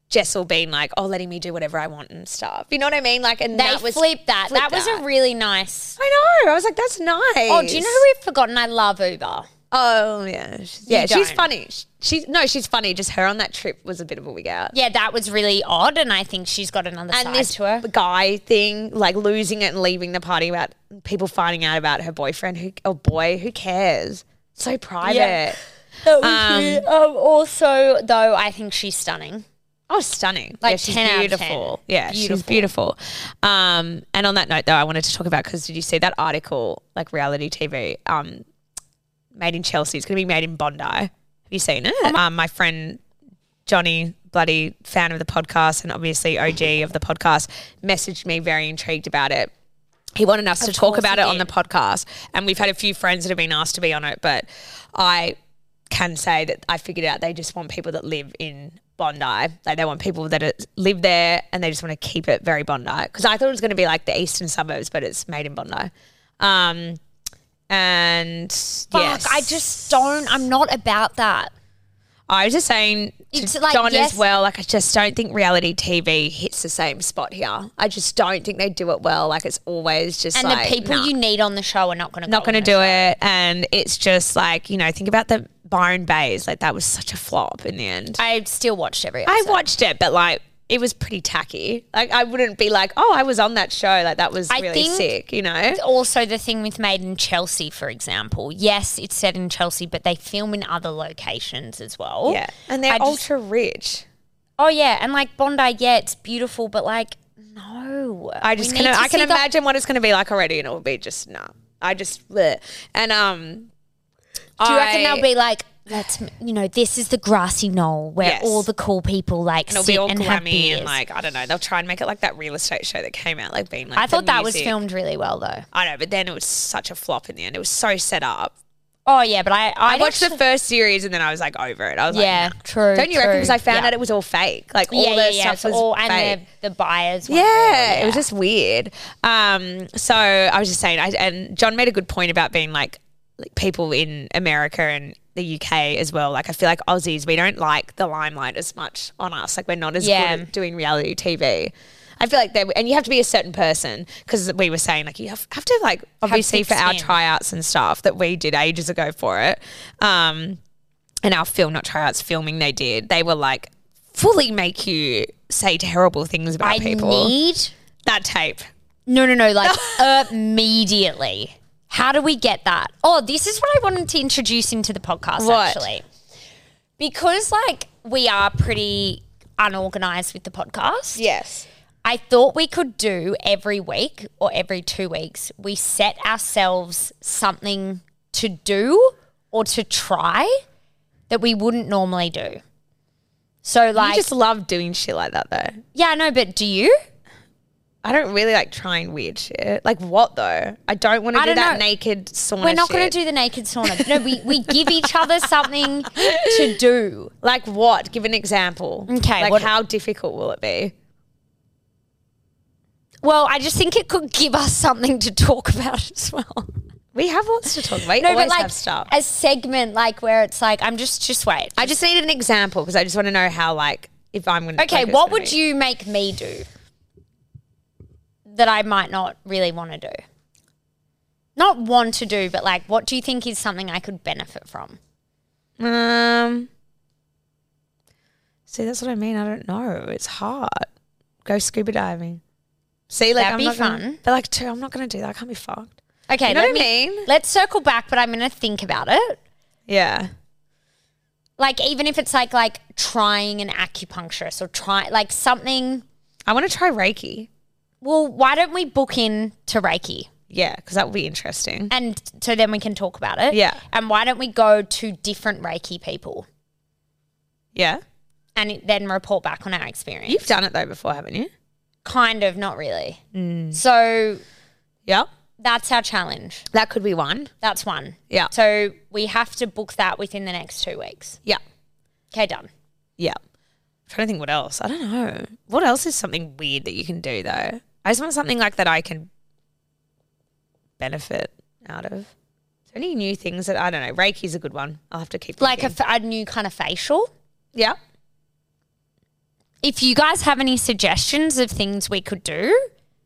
jessel being like oh letting me do whatever i want and stuff you know what i mean like and
they
that was
flipped that.
flipped
that was a really nice.
i know i was like that's nice
Oh, do you know who we've forgotten? I love Uber.
oh yeah She's- yeah she's
don't.
funny Sh- she's no she's funny just her on that trip was a bit of a wig out
Yeah, that was really odd, and I think she's got another
and
side
this
to her.
guy thing, like losing it and leaving the party about people finding out about her boyfriend, who or boy, who cares? So private.
That was
Um,
weird. um, also, though, I think she's stunning.
Oh, stunning!
Like
yeah, she's
10 out of 10.
beautiful. Yeah, she's
Beautiful.
beautiful. Um, and on that note, though, I wanted to talk about because did you see that article, like reality TV, um, made in Chelsea? It's going to be made in Bondi. Have you seen it? um, my friend Johnny, bloody fan of the podcast and obviously OG of the podcast, messaged me very intrigued about it. He wanted us to talk
course
about
he
it on the
did.
podcast, and we've had a few friends that have been asked to be on it, but I can say that I figured out they just want people that live in Bondi. Like they want people that are, live there and they just want to keep it very Bondi. Because I thought it was going to be like the eastern suburbs, but it's made in Bondi. Um, and
Fuck,
yes,
I just don't. I'm not about that.
I was just saying to
It's like,
John
yes-
as well. Like, I just don't think reality TV hits the same spot here. I just don't think they do it well. Like, it's always just
And
like,
the people
nah,
you need on the show are not going to
not going to
to
do it. And it's just like you know, think about the Byron Bays. Like, that was such a flop in the end. I,
I still watched every episode.
watched it, but like. It was pretty tacky. Like I wouldn't be like, "Oh, I was on that show. Like that was
I
really
think-
sick," you know.
also the thing with Made in Chelsea, for example. Yes, it's set in Chelsea, but they film in other locations as well.
Yeah, and they're
I just-
ultra rich.
Oh yeah, and like Bondi, yeah, it's beautiful, but like no,
I just can I can imagine what it's going to be like already, and it will be just nah. I just bleh. and um.
Do you reckon they'll be like, let's m- you know, this is the grassy knoll where
Yes.
all the cool people like
It'll
sit
be all
and have
glammy
beers.
and like I don't know. They'll try and make it like that real estate show that came out, like being like.
I
the
thought that was
music.
filmed really well though.
I know, but then it was such a flop in the end. It was so set up.
Oh yeah, but I
I watched the first series and then I was like over it. I was
Yeah,
like, nah.
true,
Don't you reckon?
true.
Because I found
Yeah.
out it was all fake. Like all
yeah,
the
yeah, yeah.
stuff
So
was
all-
fake.
and the, the buyers. weren't
Yeah,
real,
it was just weird. Um, so I was just saying, I, and John made a good point about being like, like people in America and the UK as well. Like I feel like Aussies, we don't like the limelight as much on us. Like we're not as
Yeah.
good at doing reality TV. I feel like they and you have to be a certain person because we were saying like you have, have to like obviously
thick
for our
skin.
tryouts and stuff that we did ages ago for it. Um, and our film, not tryouts, filming they did, they were like fully make you say terrible things about
I
people.
need
that tape.
no, no, no, like
(laughs)
immediately. How do we get that? Oh, this is what I wanted to introduce into the podcast
What?
actually, because like we are pretty unorganized with the podcast.
Yes.
I thought we could do every week or every two weeks, we set ourselves something to do or to try that we wouldn't normally do. So,
I
like,
just love doing shit like that though.
yeah, no, but do you?
I don't really like trying weird shit. Like what though? I don't want to
I
do
don't
that
know.
naked sauna.
We're not going
shit.
to do the naked sauna. No, we, we give each other something to do.
like what? Give an example.
Okay,
Like
what-
how difficult will it be?
Well, I just think it could give us something to talk about as well.
We have lots to talk about. We
No,
always
but like
have stuff.
a segment, like where it's like, I'm just, just wait.
I just need an example because I just want to know how like if I'm going to.
Okay, what would you make me do that I might not really want to do? Not want to do, but like, what do you think is something I could benefit from?
Um. See, that's what I mean. I don't know. It's hard. Go scuba diving. See, like
That'd
I'm
be
not gonna-
fun.
but like, too, I'm not going to do that. I can't be fucked.
Okay,
You know
let
what I
me-
mean?
Let's circle back, but I'm going to think about it.
Yeah.
Like, even if it's like like trying an acupuncturist or try like something.
I want to try Reiki.
Well, why don't we book in to Reiki?
Yeah, because that would be interesting.
And so then we can talk about it.
Yeah.
And why don't we go to different Reiki people
Yeah.
and then report back on our experience?
You've done it though before, haven't you?
Kind of, not really.
Mm.
So
Yeah.
that's our challenge.
That could be one.
That's one.
Yeah.
So we have to book that within the next two weeks.
Yeah.
Okay, done.
Yeah. trying to think what else. I don't know. What else is something weird that you can do though? I just want something like that I can benefit out of. Is there any new things that I don't know? Reiki's a good one. I'll have to keep
Like a,
thinking.
f- a new kind of facial.
yeah.
If you guys have any suggestions of things we could do,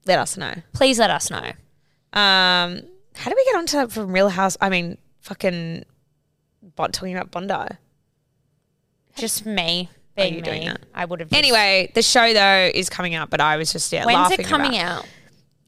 Let us know.
please let us know.
Um, how do we get onto that from Real House? I mean, fucking, bot talking about Bondi.
Just me being
you
me.
doing that?
I would have. just-
Anyway, the show though is coming out, but I was just yeah.
when's
laughing
it coming
about-
out?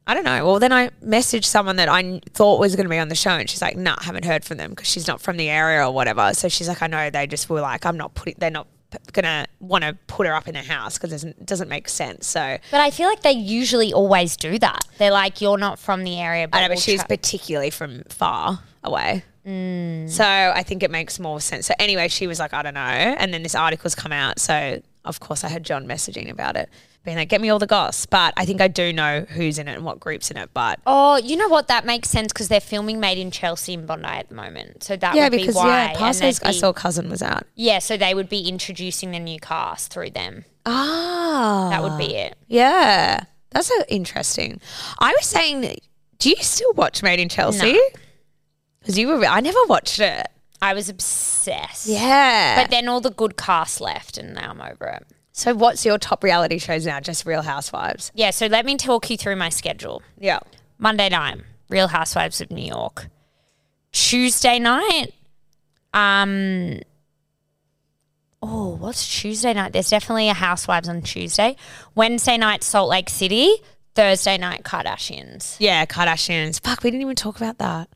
I don't know. Well, then I messaged someone that I kn- thought was going to be on the show, and she's like, "Nah, haven't heard from them because she's not from the area or whatever." So she's like, "I know they just were like, I'm not putting, they're not p- gonna want to put her up in their house because it doesn't make sense." So
But I feel like they usually always do that. They're like, you're not from the area, but,
I know,
we'll
but she's
tra-
particularly from far away. So I think it makes more sense. So anyway, she was like, I don't know. And then this article's come out. So of course I had John messaging about it, being like, get me all the goss. But I think I do know who's in it and what group's in it. But
Oh, you know what? That makes sense because they're filming Made in Chelsea and Bondi at the moment. So that would be why. and
past those,
they'd
I
be-
saw cousin was out.
Yeah, so they would be introducing the new cast through them.
Ah,
That would be it.
yeah, that's so interesting. I was saying, do you still watch Made in Chelsea? Because you were, I never watched it.
I was obsessed.
Yeah,
But then all the good cast left and now I'm over it.
So, what's your top reality shows now? Just Real Housewives.
Yeah, so let me talk you through my schedule.
Yeah.
Monday night, Real Housewives of New York. Tuesday night, um Oh, what's Tuesday night? There's definitely a Housewives on Tuesday. Wednesday night, Salt Lake City. Thursday night, Kardashians.
Yeah, Kardashians. Fuck, we didn't even talk about that.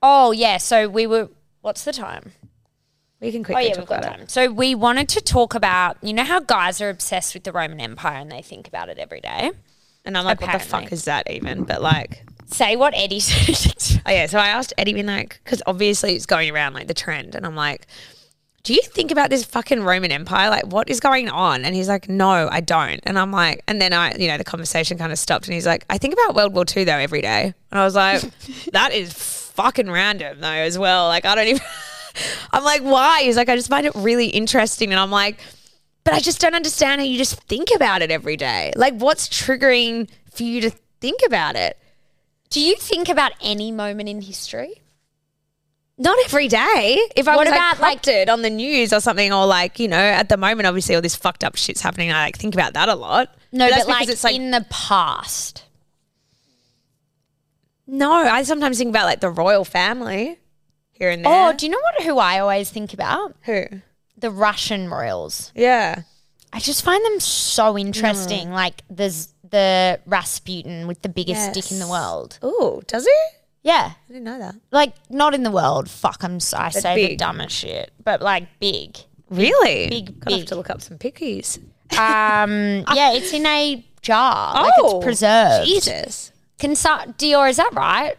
Oh yeah, so we were what's the time?
We can
Oh
quickly
yeah,
talk
we've got
about it.
time. So we wanted to talk about you know how guys are obsessed with the Roman Empire and they think about it every day.
And I'm like, what the fuck
Apparently.
is that even? But like,
Say what Eddie (laughs) said.
oh yeah. So I asked Eddie, being like, because obviously it's going around like the trend, and I'm like, do you think about this fucking Roman Empire? Like, what is going on? And he's like, no, I don't. And I'm like, and then I, you know, the conversation kind of stopped, and he's like, I think about World War II though every day, and I was like, that is fucking random though as well. Like I don't even (laughs) I'm like, why? He's like, I just find it really interesting. And I'm like, but I just don't understand how you just think about it every day. Like what's triggering for you to think about it?
Do you think about any moment in history?
Not every day. If I
What
was
about,
like
like-
prompted on the news or something, or like you know, at the moment, obviously all this fucked up shit's happening. I like think about that a lot.
No,
that's
but,
because
like,
it's like
in the past.
no. I sometimes think about like the royal family here and there.
Oh, do you know what? Who I always think about?
who?
The Russian royals.
Yeah.
I just find them so interesting. Like there's the Rasputin with the biggest dick in the
Mm. Yes.
world.
Oh, does it?
Yeah,
I didn't know that.
like not in the world. Fuck, I'm s- I say the
big.
dumbest shit, but like big.
Really?
big,
Gonna have
big.
to look up some pickies.
Um, (laughs) yeah, it's in a jar. like
Oh,
it's preserved.
Jesus.
Can so- Dior? Is that right?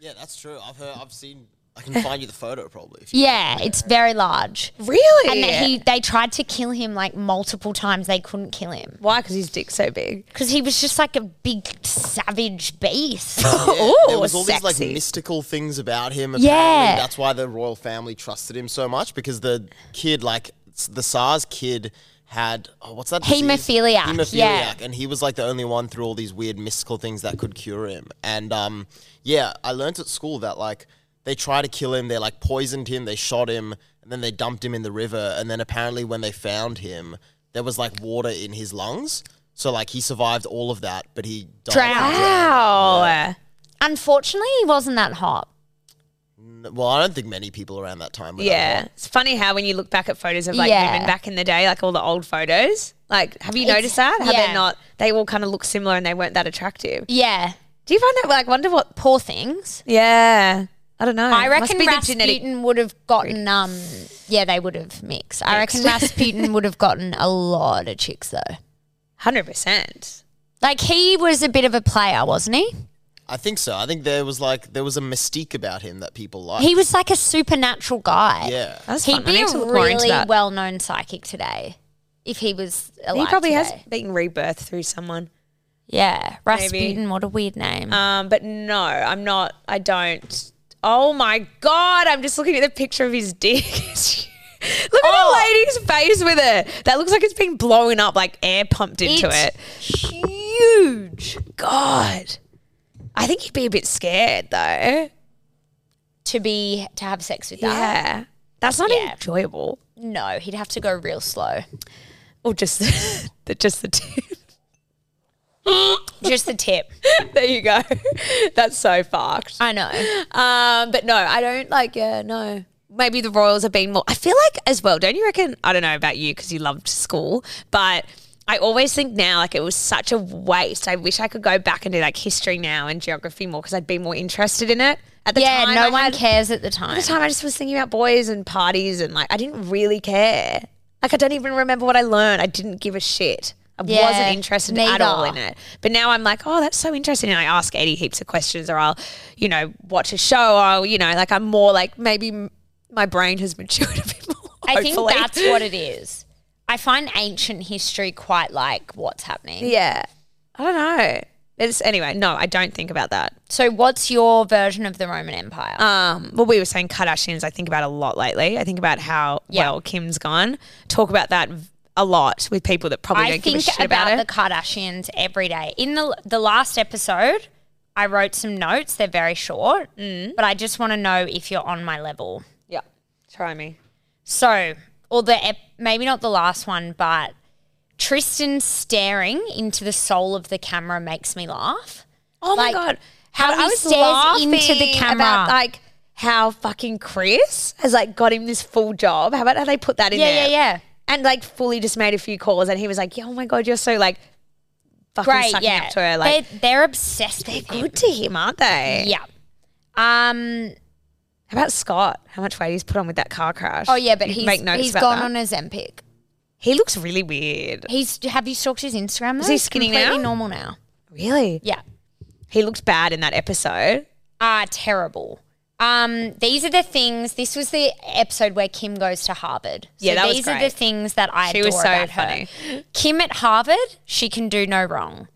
Yeah, that's true. I've heard. I've seen. I can find you the photo probably. If you
Yeah, it's very large.
Really?
And that he, they tried to kill him like multiple times. They couldn't kill him
Why? Because his dick's so big.
because he was just like a big savage (laughs) beast.
Yeah,
Ooh,
there was all these
sexy.
like mystical things about him.
Yeah.
Yeah, that's why the royal family trusted him so much because the kid, like s- the SARS kid, had oh, what's that? disease?
Hemophiliac,
Hemophiliac,
yeah.
and he was like the only one through all these weird mystical things that could cure him. And um, yeah, I learnt at school that like they tried to kill him. They like poisoned him. They shot him, and then they dumped him in the river. And then apparently, when they found him, there was like water in his lungs. So like he survived all of that, but he died from
Drowned. Oh.
Wow.
Unfortunately, he wasn't that hot.
Well, I don't think many people around that time. Were that
Yeah. It's funny how when you look back at photos of like
Yeah.
women back in the day, like all the old photos, like have you noticed that? How
yeah.
they're not, they all kind of look similar and they weren't that attractive.
Yeah,
Do you find that like wonder what?
poor things.
Yeah. I don't know.
I
Must
reckon
be the
Rasputin
genetic.
would have gotten um yeah, they would have mixed. (laughs) I reckon Rasputin would have gotten a lot of chicks though.
100%.
Like he was a bit of a player, wasn't he?
I think so. I think there was like there was a mystique about him that people liked.
He was like a supernatural guy.
yeah.
That's
He'd
fun. I
be
need
a
to look more into
really
that.
well known psychic today if he was alive.
He probably has
today.
been rebirthed through someone.
Yeah. Rasputin, what a weird name.
Um, but no, I'm not. I don't. Oh my god! I'm just looking at the picture of his dick. (laughs) It's huge. Look
Oh.
at the lady's face with it. That looks like it's been blown up, like air pumped into
It's
it. Huge. God. I think you'd be a bit scared
Uh,
though.
to be to have sex with that.
Yeah. That's not
Yeah.
enjoyable.
No, he'd have to go real slow.
Or just (laughs) the, the just the tip.
Just the tip.
(laughs) there you go. (laughs) That's so fucked.
I know.
Um, but no, I don't like. Yeah, no. Maybe the Royals have been more. I feel like as well. Don't you reckon? I don't know about you because you loved school, but I always think now like it was such a waste. I wish I could go back and do like history now and geography more because I'd be more interested in it. At the
Yeah,
time,
no
I
one
had-
cares at the time.
At the time, I just was thinking about boys and parties and like I didn't really care. Like I don't even remember what I learned. I didn't give a shit. I
Yeah,
wasn't interested at
neither.
all in it it. But now I'm like, oh, that's so interesting. And I ask Eddie heaps of questions, or I'll, you know, watch a show, or I'll, you know, like I'm more like maybe m- my brain has (laughs) matured a bit more.
I think
hopefully.
that's what it is. I find ancient history quite like what's happening.
Yeah, (laughs) I don't know. It's anyway. No, I don't think about that.
So, what's your version of the Roman Empire?
Um, well, we were saying Kardashians. I think about a lot lately. I think about how well Kim's gone. Talk about that v- a lot with people that probably
I
don't give a
think
shit
about,
about, it.
the Kardashians every day. In the the last episode, I wrote some notes. They're very short,
Mm.
but I just want to know if you're on my level.
yeah, try me.
So, or the ep- maybe not the last one, but Tristan staring into the soul of the camera makes me laugh.
Oh my
Like,
god!
how
But
he stares into the
laughing
camera.
about like how fucking Chris has like got him this full job. How about how they put that in
Yeah,
there?
yeah, yeah.
And like fully just made a few calls, and he was like, "Yeah, "Oh my god, you're so like fucking
Great,
sucking
yeah.
up to her." Like
they're, they're obsessed with
they're
him.
good to him, aren't they?
Yeah. Um.
How about Scott? How much weight he's put on with that car crash?
Oh yeah, but
You
he's
make notes
he's
about
gone
that.
on his Zempic.
He looks really weird.
He's have you stalked his Instagram? Though?
he
He's
skinny
completely
now?
Normal now.
Really,
Yeah.
he looked bad in that episode.
Ah, terrible. Um, these are the things. This was the episode where Kim goes to Harvard. So
Yeah, that was
these are
great.
the things that I
She
adore
was so
about her. Kim at Harvard, she can do no wrong.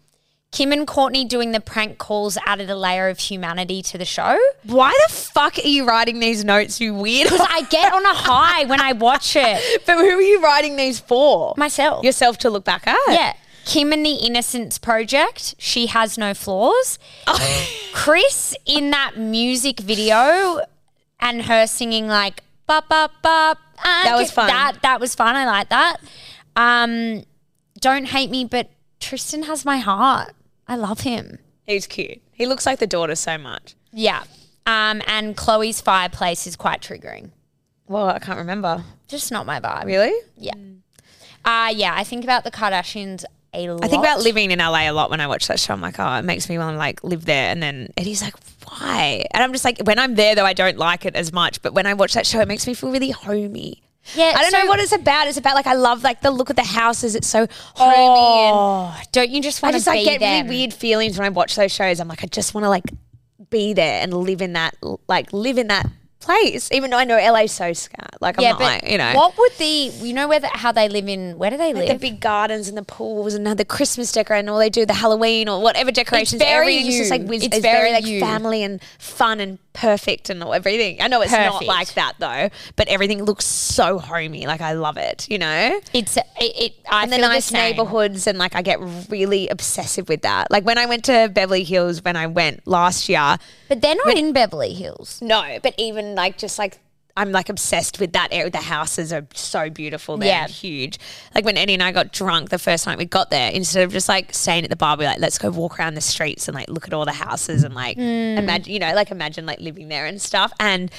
Kim and Courtney doing the prank calls added a layer of humanity to the show.
Why the fuck are you writing these notes, you weird?
Because I get on a high when I watch it
(laughs) but who are you writing these for?
myself.
Yourself to look back at? (laughs)
Yeah. Kim and the Innocence Project, she has
(laughs)
no flaws. Chris in that music video and her singing like bop bop bop. I
That was
get-
fun.
That that was fun. I like that. Um, don't hate me, but Tristan has my heart. I love him.
He's cute. He looks like the daughter so much.
Yeah. Um, and Chloe's fireplace is quite triggering.
Well, I can't remember.
Just not my vibe.
Really?
Yeah. Uh, yeah. I think about the Kardashians a lot.
I think about living in LA a lot when I watch that show. I'm like, oh, it makes me want to like live there. And then Eddie's like, why? And I'm just like, when I'm there though, I don't like it as much. But when I watch that show, it makes me feel really homey.
Yeah,
I don't
so-
know what it's about. It's about like I love like the look of the houses. It's so homey. and
Oh, don't you just
I
want to
just
be
like get
them?
really weird feelings when I watch those shows. I'm like, I just want to like be there and live in that like live in that place. Even though I know LA's so scat. Like I'm
Yeah,
not
but
like you know.
what would the you know where the, how they live in? Where do they
Like
live?
the big gardens and the pools and the Christmas decor and all they do the Halloween or whatever decorations.
very
everything's just like
you.
whiz-
It's
it's, very,
very
like
you.
family and fun and perfect and all, everything. I know it's not
Perfect.
like that though, but everything looks so homey. Like I love it, you know.
it's it. it I
And the
feel
nice
same.
neighborhoods and like I get really obsessive with that. Like when I went to Beverly Hills when I went last year,
but they're not in Beverly Hills.
no, but even like just like I'm like obsessed with that area. The houses are so beautiful. They're
Yeah.
huge. Like when Eddie and I got drunk the first night we got there, instead of just like staying at the bar, we were like, let's go walk around the streets and like look at all the houses and like
Mm.
imagine, you know, like imagine like living there and stuff. And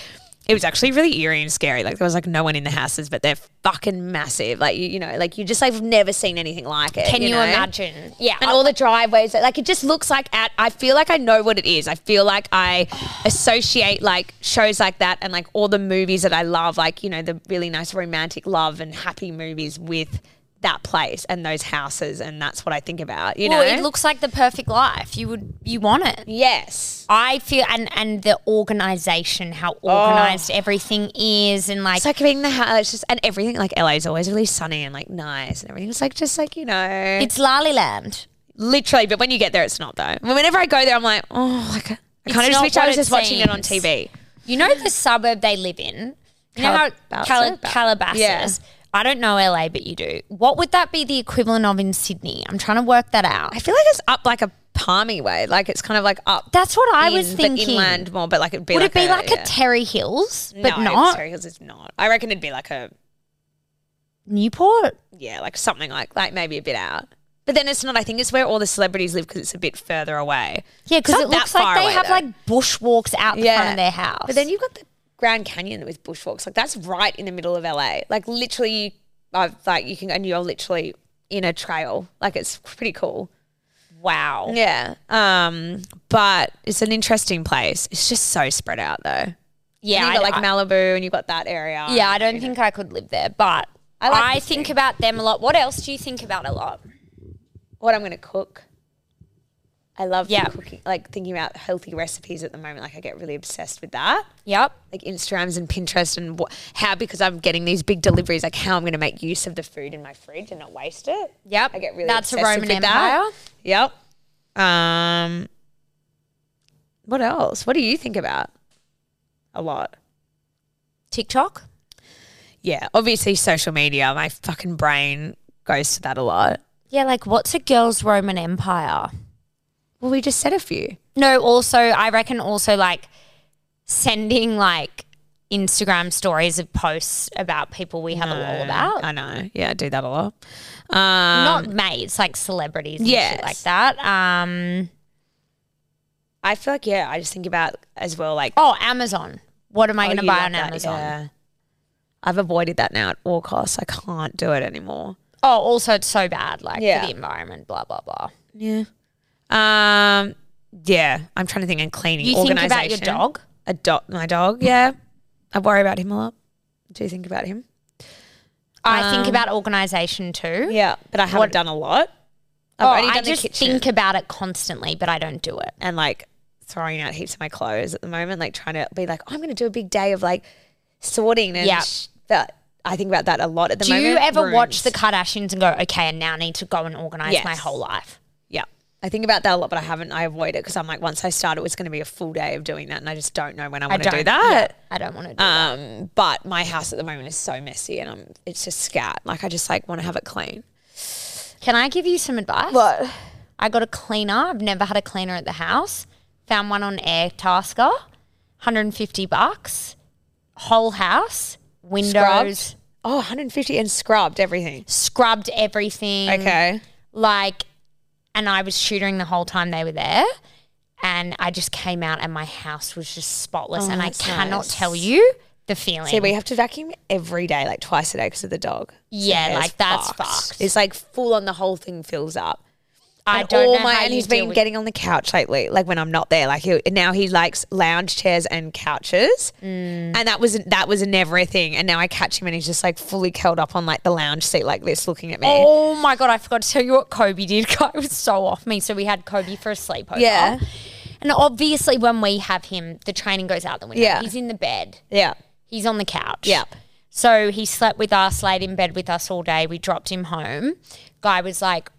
it was actually really eerie and scary. Like there was like no one in the houses, but they're fucking massive. Like you, you know, like you just like never seen anything like it.
Can you,
know?
imagine? Yeah,
and all the driveways. Like it just looks like at. I feel like I know what it is. I feel like I associate like shows like that and like all the movies that I love, like you know the really nice romantic love and happy movies with that place and those houses, and that's what I think about. You
well,
know,
it looks like the perfect life. You would you want it?
yes.
I feel and and the organization, how organized everything is, and like
It's like being the house, it's just and everything. Like LA is always really sunny and like nice, and everything's like just like you know,
it's Lali Land.
literally. But when you get there, it's not though. Whenever I go there, I'm like, oh, like I kind
It's
of just
not
wish I
what
was
it
just watching it on
seems.
TV.
You know the suburb they live in? You know how Cal-
Calabasas?
Calabasas?
Yeah.
I don't know LA, but you do. What would that be the equivalent of in Sydney? I'm trying to work that out.
I feel like it's up like a palmy way. Like it's kind of like up.
That's what I
in,
was
but
thinking.
inland more, but like it'd be
Would
like
it be like a
yeah.
Terry Hills, but
no,
not
Sorry, because it's not. I reckon it'd be like a
Newport?
yeah, like something like like maybe a bit out. But then it's not. I think it's where all the celebrities live because it's a bit further away.
Yeah,
It's
because
not
it
that
looks like
far
they
away,
have
though.
like bushwalks out the front of their house.
But then you've got the Grand Canyon with bushwalks. Like that's right in the middle of LA. Like literally, you, I've, like you can and you're literally in a trail. Like it's pretty cool.
wow.
Yeah. Um. But it's an interesting place. It's just so spread out though.
Yeah,
you got
I-
like
I-
Malibu and you got that area.
yeah, I don't think I could live there, but I,
I like this
think about them a lot. What else do you think about a lot?
What I'm gonna cook. I love
Yeah.
cooking, like thinking about healthy recipes at the moment. Like I get really obsessed with that,
Yep.
like Instagrams and Pinterest and wha how because I'm getting these big deliveries. Like how I'm gonna make use of the food in my fridge and not waste it.
Yep.
I get really
That's a
obsessive
Roman
with that.
Empire.
Yep. Um. What else? What do you think about? A lot.
TikTok.
Yeah, obviously social media. My fucking brain goes to that a lot.
Yeah, like what's a girl's Roman Empire?
Well, we just said a few.
No, also I reckon also like sending like Instagram stories of posts about people we have a law about.
I know. Yeah, I do that a lot. Um,
Not mates, like celebrities and
Yes.
shit like that. Um
I feel like yeah. I just think about as well like
oh, Amazon. What am I
oh,
gonna
you
buy
love
on
that,
Amazon?
yeah. I've avoided that now at all costs. I can't do it anymore.
Oh, also it's so bad, like
Yeah.
for the environment, blah blah blah.
Yeah. Um. Yeah, I'm trying to think and cleaning.
You think about your
organisation.
dog?
A dog. Mm. My dog. Yeah, I worry about him a lot. Do you think about him?
I think
Um,
about organization too.
Yeah, but I haven't done a lot. I've
Oh,
only done
I
the
just
kitchen.
think about it constantly, but I don't do it.
and like throwing out heaps of my clothes at the moment, like trying to be like, "Oh, I'm going to do a big day of like sorting and
Yeah.
sh- that. I think about that a lot at the
Do
moment.
you ever watch
Rooms.
the Kardashians and go, okay, and now I need to go and organize my
Yes.
whole life?
Yeah. I think about that a lot, but I haven't. I avoid it because I'm like, once I start, it was going to be a full day of doing that, and I just don't know when I want to
don't
do that.
yeah, I don't want to do that.
Um, but my house at the moment is so messy, and I'm it's just scat. Like I just like want to have it clean.
Can I give you some advice?
But
I got a cleaner. I've never had a cleaner at the house. Found one on Airtasker, 150 bucks. Whole house, windows,
scrubbed. Oh, 150 and scrubbed everything.
scrubbed, everything.
Okay.
Like, and I was tutoring the whole time they were there. And I just came out and my house was just spotless. and I
Oh, that's
cannot
nice.
tell you the feeling.
See, we have to vacuum every day, like twice a day, because of the dog.
Yeah,
it's
like, that's fucked.
It's like full on. The whole thing fills up.
I
And
don't
all
know
my,
how
and
you
he's
deal
been
with-
getting on the couch lately. Like when I'm not there, like he now he likes lounge chairs and couches,
Mm.
and that was that was never a thing. And now I catch him and he's just like fully curled up on like the lounge seat, like this, looking at me.
Oh my god, I forgot to tell you what Kobe did. (laughs) It was so off me. So we had Kobe for a sleepover.
Yeah.
And obviously when we have him, the training goes out the window.
Yeah.
He's in the bed.
Yeah,
He's on the couch.
yeah.
So he slept with us, laid in bed with us all day. We dropped him home. Guy was like,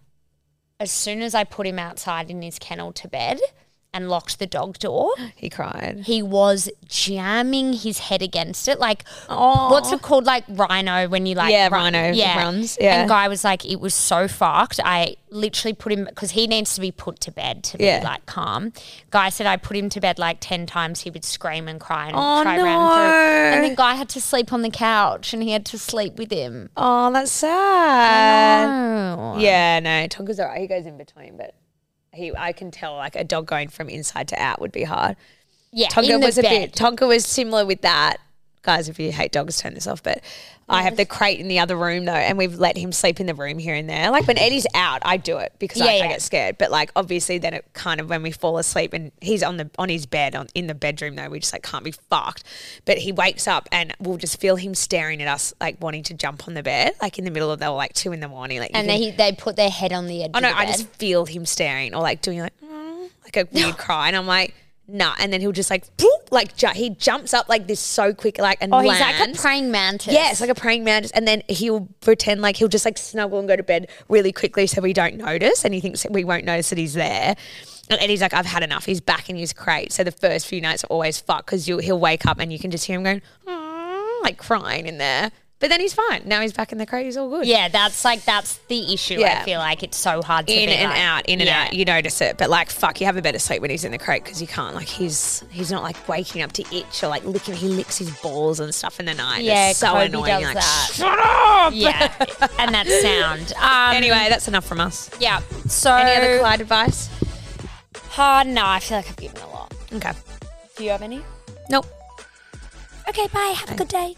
as soon as I put him outside in his kennel to bed and locked the dog door,
He cried.
he was jamming his head against it. Like, what's it called? Like rhino when you like
Yeah, rhino runs, yeah.
And guy was like, it was so fucked. I literally put him because he needs to be put to bed to
Yeah.
be like calm. Guy said I put him to bed like ten times. He would scream and cry and
Oh,
try round through.
no.
And then guy had to sleep on the couch and he had to sleep with him.
Oh, that's sad.
Oh.
Yeah, no. Tonka's alright. He goes in between, but he I can tell like a dog going from inside to out would be hard.
Yeah,
Tonka
in the
was a bit.
bed.
Tonka was similar with that. Guys, if you hate dogs, turn this off. But I have the crate in the other room though, and we've let him sleep in the room here and there. Like when Eddie's out, I do it because I,
Yeah,
I
yeah.
get scared. But like obviously, then it kind of when we fall asleep and he's on the on his bed on in the bedroom though, we just like can't be fucked. But he wakes up and we'll just feel him staring at us, like wanting to jump on the bed, like in the middle of the like two in the morning, like you
And
can-
they, he- they put their head on the edge.
Oh no,
of the
I
bed.
just feel him staring or like doing like "Mm," like
(gasps)
a weird cry, and I'm like, nah. And then he'll just like, boop, like ju- he jumps up like this so quick, like and
Oh, he's
lands.
like a praying mantis.
Yes, like a praying mantis, and then he'll pretend like he'll just like snuggle and go to bed really quickly so we don't notice, and he thinks that we won't notice that he's there. And Eddie's like, I've had enough. He's back in his crate. So the first few nights are always fucked because he'll wake up and you can just hear him going, "Mm," like crying in there. But then he's fine. Now he's back in the crate. He's all good.
Yeah, that's like that's the issue.
Yeah.
I feel like it's so hard to
in
be
and
like-
out, in and
Yeah.
out. You notice it, but like fuck, you have a better sleep when he's in the crate because you can't like he's he's not like waking up to itch or like licking. He licks his balls and stuff in the night.
Yeah,
it's so
Kobe
annoying.
does
You're like,
that.
shut up.
Yeah, and that sound. Um,
Anyway, that's enough from us.
yeah. So
Any other Clyde advice?
hard? No, I feel like I've given a lot.
Okay.
Do you have any?
Nope.
Okay, bye. Have a good day.